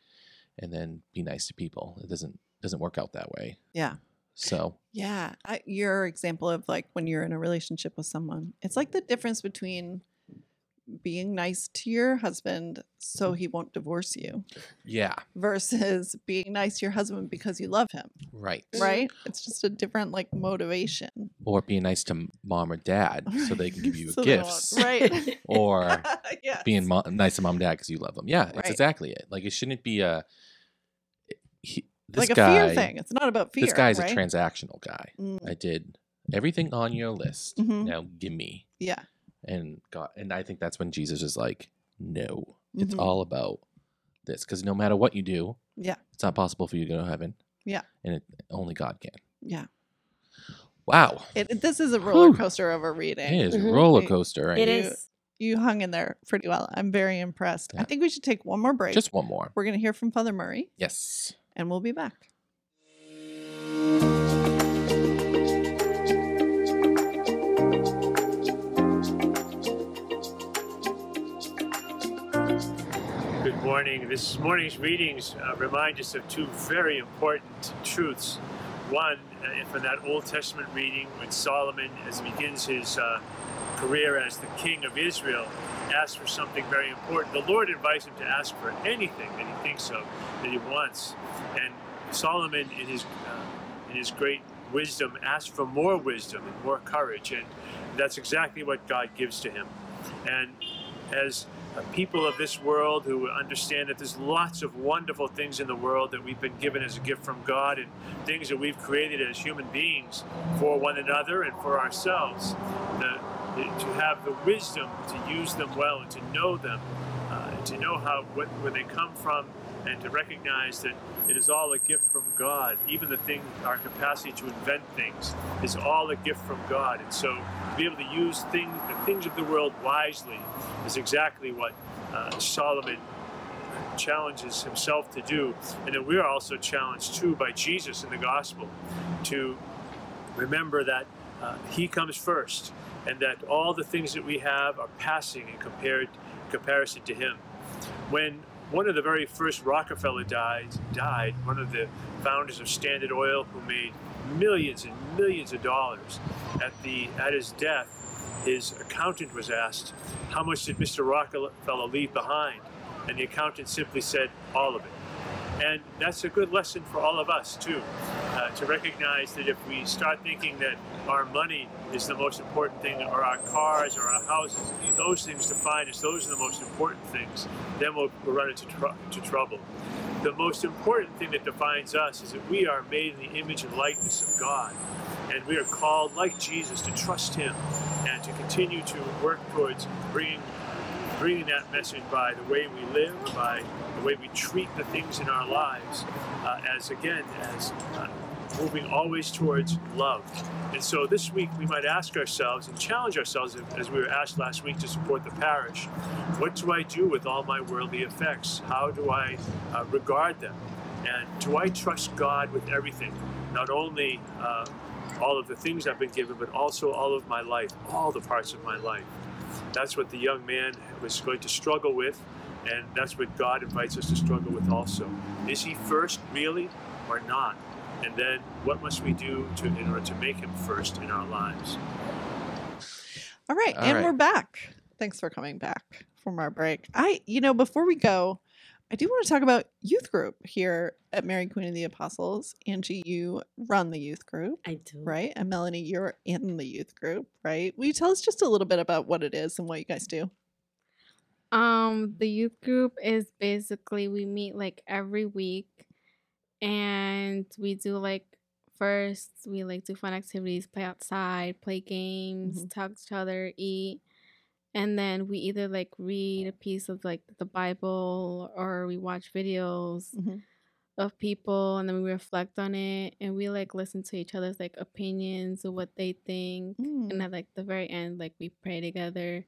Speaker 3: and then be nice to people it doesn't doesn't work out that way
Speaker 1: Yeah.
Speaker 3: so
Speaker 1: Yeah, I, your example of like when you're in a relationship with someone, it's like the difference between being nice to your husband so he won't divorce you
Speaker 3: yeah
Speaker 1: versus being nice to your husband because you love him,
Speaker 3: right
Speaker 4: Mhm.
Speaker 1: right? It's just a different like motivation.
Speaker 3: or being nice to m- mom or dad so they can give you
Speaker 1: So they won't-
Speaker 3: gifts
Speaker 1: right?
Speaker 3: or
Speaker 1: yes.
Speaker 3: being mo- nice to mom and dad because you love them. Yeah,
Speaker 1: Right.
Speaker 3: it's exactly it. Like it shouldn't be a he, this
Speaker 1: like a
Speaker 3: guy.
Speaker 1: fear thing. It's not about fear.
Speaker 3: this guy's
Speaker 1: right?
Speaker 3: a transactional guy.
Speaker 1: Mm,
Speaker 3: I did everything on your list.
Speaker 1: Mhm.
Speaker 3: Now give me
Speaker 1: yeah.
Speaker 3: and God. And I think that's when Jesus is like, no, it's
Speaker 1: Mhm.
Speaker 3: all about this because no matter what you do,
Speaker 1: Yeah.
Speaker 3: it's not possible for you to go to heaven.
Speaker 1: Yeah.
Speaker 3: and it, only God can.
Speaker 1: Yeah.
Speaker 3: Wow,
Speaker 1: It, it- this is a roller
Speaker 3: Whew.
Speaker 1: coaster of a
Speaker 3: it
Speaker 1: reading.
Speaker 3: is
Speaker 4: Mhm.
Speaker 3: roller coaster. Right?
Speaker 4: It
Speaker 1: You-
Speaker 4: is.
Speaker 1: You hung in there pretty well. I'm very impressed. I
Speaker 3: Yeah.
Speaker 1: think we should take one more break.
Speaker 3: Just one more.
Speaker 1: We're going to hear from Father Murray
Speaker 3: Yes.
Speaker 1: and we'll be back.
Speaker 5: Good morning. This morning's readings uh, remind us of two very important truths. One, uh, from that Old Testament reading, when Solomon, as he begins his uh, career as the king of Israel, asks for something very important. The Lord invites him to ask for anything that he thinks of, that he wants. And Solomon, in his uh, in his great wisdom, asks for more wisdom and more courage, and that's exactly what God gives to him. And as uh, people of this world who understand that there's lots of wonderful things in the world that we've been given as a gift from God and things that we've created as human beings for one another and for ourselves. The, the- to have the wisdom to use them well and to know them, uh, to know how what, where they come from, and to recognize that it is all a gift from God. Even the thing, our capacity to invent things, is all a gift from God. And so, to be able to use things, the things of the world wisely, is exactly what uh, Solomon challenges himself to do. And then we are also challenged too by Jesus in the gospel to remember that uh, He comes first and that all the things that we have are passing in compared, comparison to Him. When one of the very first Rockefeller died, died, one of the founders of Standard Oil, who made millions and millions of dollars, at, the, at his death, his accountant was asked, How much did Mr. Rockefeller leave behind? And the accountant simply said, All of it. And that's a good lesson for all of us, too, uh, to recognize that if we start thinking that our money is the most important thing, or our cars, or our houses, those things define us, those are the most important things, then we'll, we'll run into tr- to trouble. the most important thing that defines us is that we are made in the image and likeness of God. And we are called, like Jesus, to trust Him and to continue to work towards bringing, bringing that message by the way we live, by the way we treat the things in our lives, uh, as again, as uh, moving always towards love. And so this week we might ask ourselves and challenge ourselves, as we were asked last week to support the parish, what do I do with all my worldly effects? How do I uh, regard them? And do I trust God with everything? Not only uh, all of the things I've been given, but also all of my life, all the parts of my life. That's what the young man was going to struggle with, and that's what God invites us to struggle with also. Is he first, really, or not? and then what must we do to in order to make him first in our lives
Speaker 1: All right,
Speaker 3: All
Speaker 1: and
Speaker 3: right.
Speaker 1: we're back. Thanks for coming back from our break. I, you know, before we go, I do want to talk about youth group here at Mary Queen of the Apostles. Angie, you run the youth group,
Speaker 4: I do.
Speaker 1: right? And Melanie, you're in the youth group, right? Will you tell us just a little bit about what it is and what you guys do?
Speaker 2: Um, the youth group is basically we meet like every week and we do like first we like do fun activities, play outside, play games,
Speaker 1: Mhm.
Speaker 2: talk to each other, eat. And then we either like read a piece of like the Bible or we watch videos
Speaker 1: Mhm.
Speaker 2: of people and then we reflect on it and we like listen to each other's like opinions of what they think
Speaker 1: Mm-hmm.
Speaker 2: and at like the very end like we pray together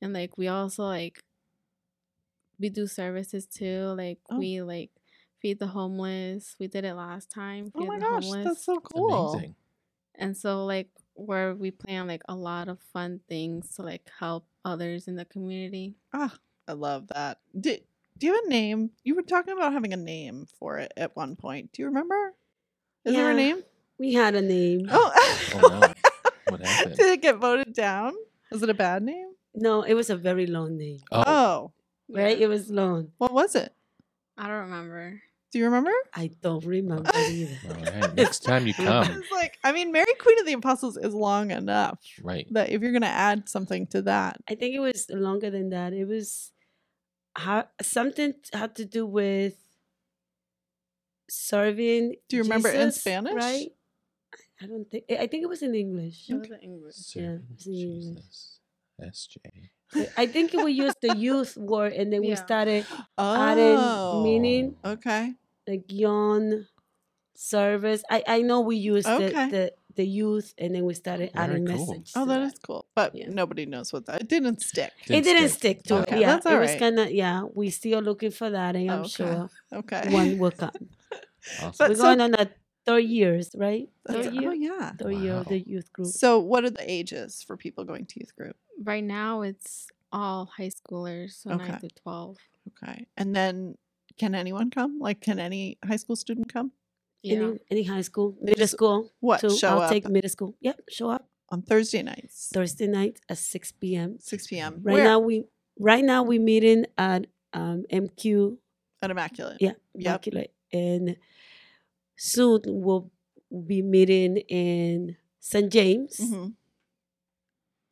Speaker 2: and like we also like we do services too like
Speaker 1: Oh.
Speaker 2: we like feed the homeless we did it last time
Speaker 1: Oh
Speaker 2: feed
Speaker 1: my
Speaker 2: the
Speaker 1: gosh, that's so cool.
Speaker 3: Amazing.
Speaker 2: and so like where we plan like a lot of fun things to like help others in the community
Speaker 1: Ah, I love that. Did, do you have a name? You were talking about having a name for it at one point. Do you remember? Is there a
Speaker 4: Yeah.
Speaker 1: name?
Speaker 4: We had a name.
Speaker 1: Oh,
Speaker 3: Oh no. What happened?
Speaker 1: Did it get voted down? Was it a bad name?
Speaker 4: No, it was a very long name.
Speaker 3: Oh,
Speaker 1: Oh,
Speaker 4: Right?
Speaker 2: Yeah.
Speaker 4: It was long.
Speaker 1: what was it?
Speaker 2: i don't remember
Speaker 1: Do you remember?
Speaker 4: I don't remember either.
Speaker 3: all right. Next time you come,
Speaker 1: It's like, I mean, Mary Queen of the Apostles is long enough
Speaker 3: right?
Speaker 1: that if you're going to add something to that,
Speaker 4: I think it was longer than that. It was how, something t- had to do with serving.
Speaker 1: Do you remember it in
Speaker 4: Jesus,
Speaker 1: Spanish?
Speaker 4: Right? I- I don't think. I I think it was in English.
Speaker 2: it was in english
Speaker 3: Serving
Speaker 4: it's in English.
Speaker 3: Jesus. SJ.
Speaker 4: But I think we used the youth word, and then we
Speaker 2: Yeah.
Speaker 4: started
Speaker 1: oh,
Speaker 4: meaning-
Speaker 1: okay,
Speaker 4: like young service. I I know we used
Speaker 1: Okay.
Speaker 4: the, the the youth, and then we started
Speaker 3: Very
Speaker 4: adding
Speaker 3: cool.
Speaker 4: message.
Speaker 1: oh,
Speaker 4: to
Speaker 1: that is cool, but
Speaker 4: Yeah.
Speaker 1: nobody knows what that. It didn't stick.
Speaker 4: It didn't stick to
Speaker 1: Okay,
Speaker 4: it. Yeah,
Speaker 1: that's all
Speaker 4: it was
Speaker 1: right.
Speaker 4: kind of yeah. We still looking for that, and I'm
Speaker 1: Okay.
Speaker 4: sure
Speaker 1: Okay,
Speaker 4: one will come.
Speaker 3: Awesome.
Speaker 1: But
Speaker 4: We're
Speaker 1: so-
Speaker 4: going on a third years, right?
Speaker 1: That's-
Speaker 4: Third
Speaker 1: oh
Speaker 4: year,
Speaker 1: yeah.
Speaker 4: third year of
Speaker 3: Wow.
Speaker 4: the youth group.
Speaker 1: So, what are the ages for people going to youth group?
Speaker 2: right now it's all high schoolers so 9
Speaker 1: Okay.
Speaker 2: through 12
Speaker 1: Okay, and then can anyone come? Like, can any high school student come?
Speaker 2: yeah
Speaker 4: Any, any high school, middle
Speaker 1: Just
Speaker 4: school.
Speaker 1: What
Speaker 4: So
Speaker 1: show
Speaker 4: I'll
Speaker 1: up
Speaker 4: take middle school. Yep, show up
Speaker 1: on Thursday nights,
Speaker 4: Thursday night at six p.m.
Speaker 1: six p.m.
Speaker 4: Right
Speaker 1: Where?
Speaker 4: now we right now we meeting at um, MQ.
Speaker 1: at Immaculate.
Speaker 4: Yeah,
Speaker 1: Yep.
Speaker 4: Immaculate. and soon we'll be meeting in St. James.
Speaker 1: hmm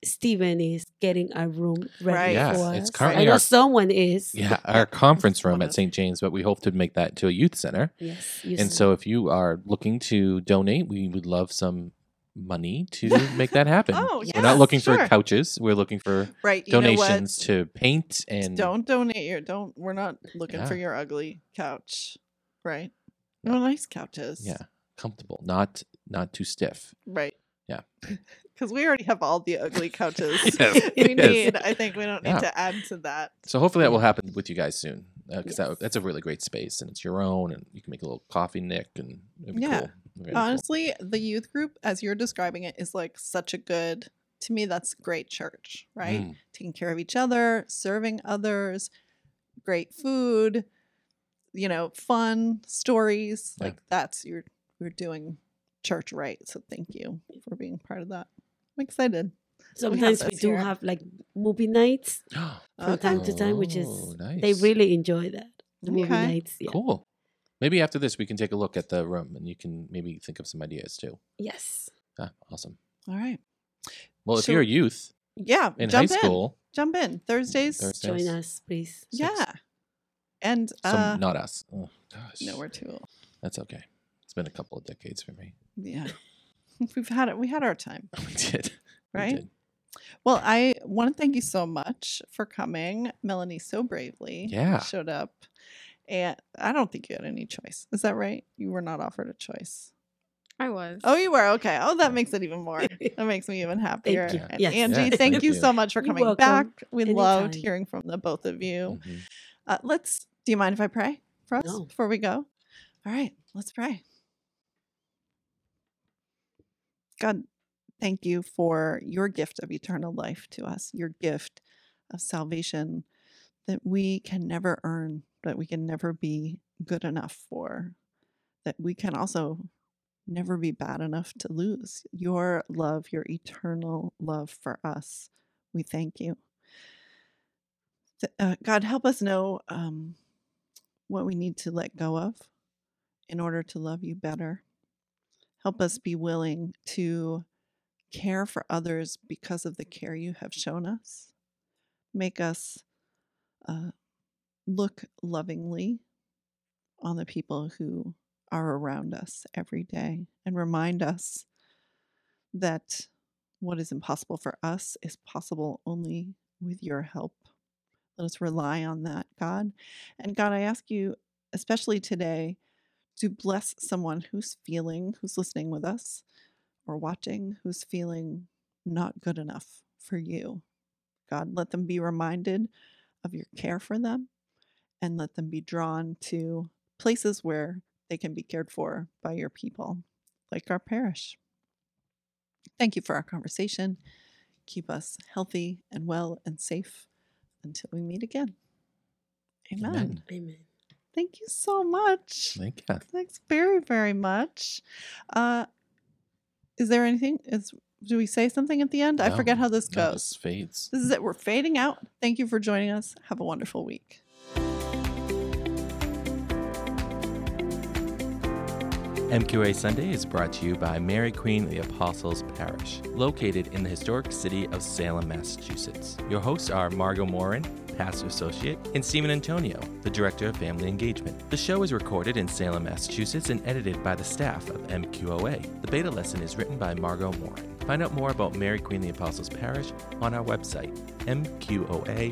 Speaker 4: Stephen is getting a room ready
Speaker 1: Right.
Speaker 3: Yes,
Speaker 4: for
Speaker 3: it's
Speaker 4: us.
Speaker 3: currently
Speaker 4: I know
Speaker 3: our-
Speaker 4: someone is.
Speaker 3: Yeah, our conference room at
Speaker 1: Wonderful.
Speaker 3: St. James, but we hope to make that to a youth center.
Speaker 4: Yes, you
Speaker 3: And
Speaker 4: said.
Speaker 3: so if you are looking to donate, we would love some money to make that happen.
Speaker 1: Oh,
Speaker 3: We're not
Speaker 1: yes,
Speaker 3: looking
Speaker 1: sure.
Speaker 3: for couches. We're looking for
Speaker 1: Right. You know what?
Speaker 3: donations to paint and
Speaker 1: don't donate your don't we're not looking for
Speaker 3: Yeah.
Speaker 1: your ugly couch right
Speaker 3: No.
Speaker 1: no nice couches
Speaker 3: yeah, comfortable, not not too stiff.
Speaker 1: right
Speaker 3: Yeah.
Speaker 1: because we already have all the ugly couches
Speaker 3: Yes,
Speaker 1: we
Speaker 3: yes.
Speaker 1: need i think we don't need
Speaker 3: Yeah.
Speaker 1: to add to that
Speaker 3: So hopefully that will happen with you guys soon because
Speaker 4: Yes.
Speaker 3: that, that's a really great space and it's your own and you can make a little coffee nick and it'd be
Speaker 1: Yeah.
Speaker 3: cool. Very cool.
Speaker 1: honestly the youth group as you're describing it is like such a good to me that's great church right
Speaker 3: Mm.
Speaker 1: taking care of each other serving others great food you know fun stories
Speaker 3: Yeah.
Speaker 1: like that's you're you're doing church right so thank you for being part of that i'm excited
Speaker 4: sometimes we
Speaker 1: this
Speaker 4: do
Speaker 1: here.
Speaker 4: have like movie nights from
Speaker 1: Okay.
Speaker 4: time to time, which is
Speaker 3: Mm. Oh,
Speaker 4: they
Speaker 3: nice.
Speaker 4: really enjoy that. The movie
Speaker 1: Okay.
Speaker 4: nights. Yeah.
Speaker 3: Cool. Maybe after this, we can take a look at the room and you can maybe think of some ideas too.
Speaker 4: Yes.
Speaker 3: Ah, awesome.
Speaker 1: all right
Speaker 3: Well, if
Speaker 1: So-
Speaker 3: you're a youth
Speaker 1: yeah
Speaker 3: in
Speaker 1: jump
Speaker 3: high school,
Speaker 1: in jump in thursdays
Speaker 3: Thursday.
Speaker 4: Join
Speaker 3: Yes.
Speaker 4: us, please.
Speaker 1: yeah And
Speaker 3: Some,
Speaker 1: uh,
Speaker 3: not us. Oh, gosh.
Speaker 1: no, we're too. old.
Speaker 3: That's okay. It's been a couple of decades for me.
Speaker 1: Yeah, we've had it. We had our time,
Speaker 3: We did. We
Speaker 1: right?
Speaker 3: did.
Speaker 1: Well, I want to thank you so much for coming, Melanie. So bravely,
Speaker 3: Yeah.
Speaker 1: showed up, and I don't think you had any choice. Is that right? You were not offered a choice.
Speaker 2: I was.
Speaker 1: Oh, you were okay. Oh, that makes it even more.
Speaker 4: Thank
Speaker 1: That makes me even happier.
Speaker 4: you.
Speaker 1: And
Speaker 4: Yes.
Speaker 1: Angie, thank,
Speaker 3: Yes, thank
Speaker 1: you
Speaker 3: you.
Speaker 1: so much for
Speaker 4: You're
Speaker 1: coming
Speaker 4: welcome.
Speaker 1: back. We loved
Speaker 4: Anytime.
Speaker 1: hearing from the both of you.
Speaker 3: Mhm.
Speaker 1: Uh, let's. Do you mind if I pray for us
Speaker 4: No.
Speaker 1: before we go? All right, let's pray. God, thank you for your gift of eternal life to us, your gift of salvation that we can never earn, that we can never be good enough for, that we can also never be bad enough to lose. Your love, your eternal love for us. We thank you. Th- uh, God, help us know um, what we need to let go of in order to love you better. Help us be willing to care for others because of the care you have shown us. Make us uh, look lovingly on the people who are around us every day and remind us that what is impossible for us is possible only with your help. Let us rely on that, God. And God, I ask you, especially today, to bless someone who's feeling, who's listening with us or watching, who's feeling not good enough for you. God, let them be reminded of your care for them and let them be drawn to places where they can be cared for by your people, like our parish. Thank you for our conversation. Keep us healthy and well and safe until we meet again. Amen.
Speaker 3: Amen.
Speaker 4: Amen.
Speaker 1: Thank you so much.
Speaker 3: Thank you.
Speaker 1: Thanks very, very much. Uh, is there anything? Is do we say something at the end? I
Speaker 3: No,
Speaker 1: forget how this
Speaker 3: no,
Speaker 1: goes.
Speaker 3: this fades.
Speaker 1: This is it. We're fading out. Thank you for joining us. Have a wonderful week.
Speaker 3: MQA Sunday is brought to you by Mary Queen of the Apostles Parish, located in the historic city of Salem, Massachusetts. Your hosts are Margot Morin, pastor associate, and Stephen Antonio, the director of family engagement. The show is recorded in Salem, Massachusetts, and edited by the staff of MQOA. The beta lesson is written by Margot Morin. Find out more about Mary Queen of the Apostles Parish on our website, mqoa.org.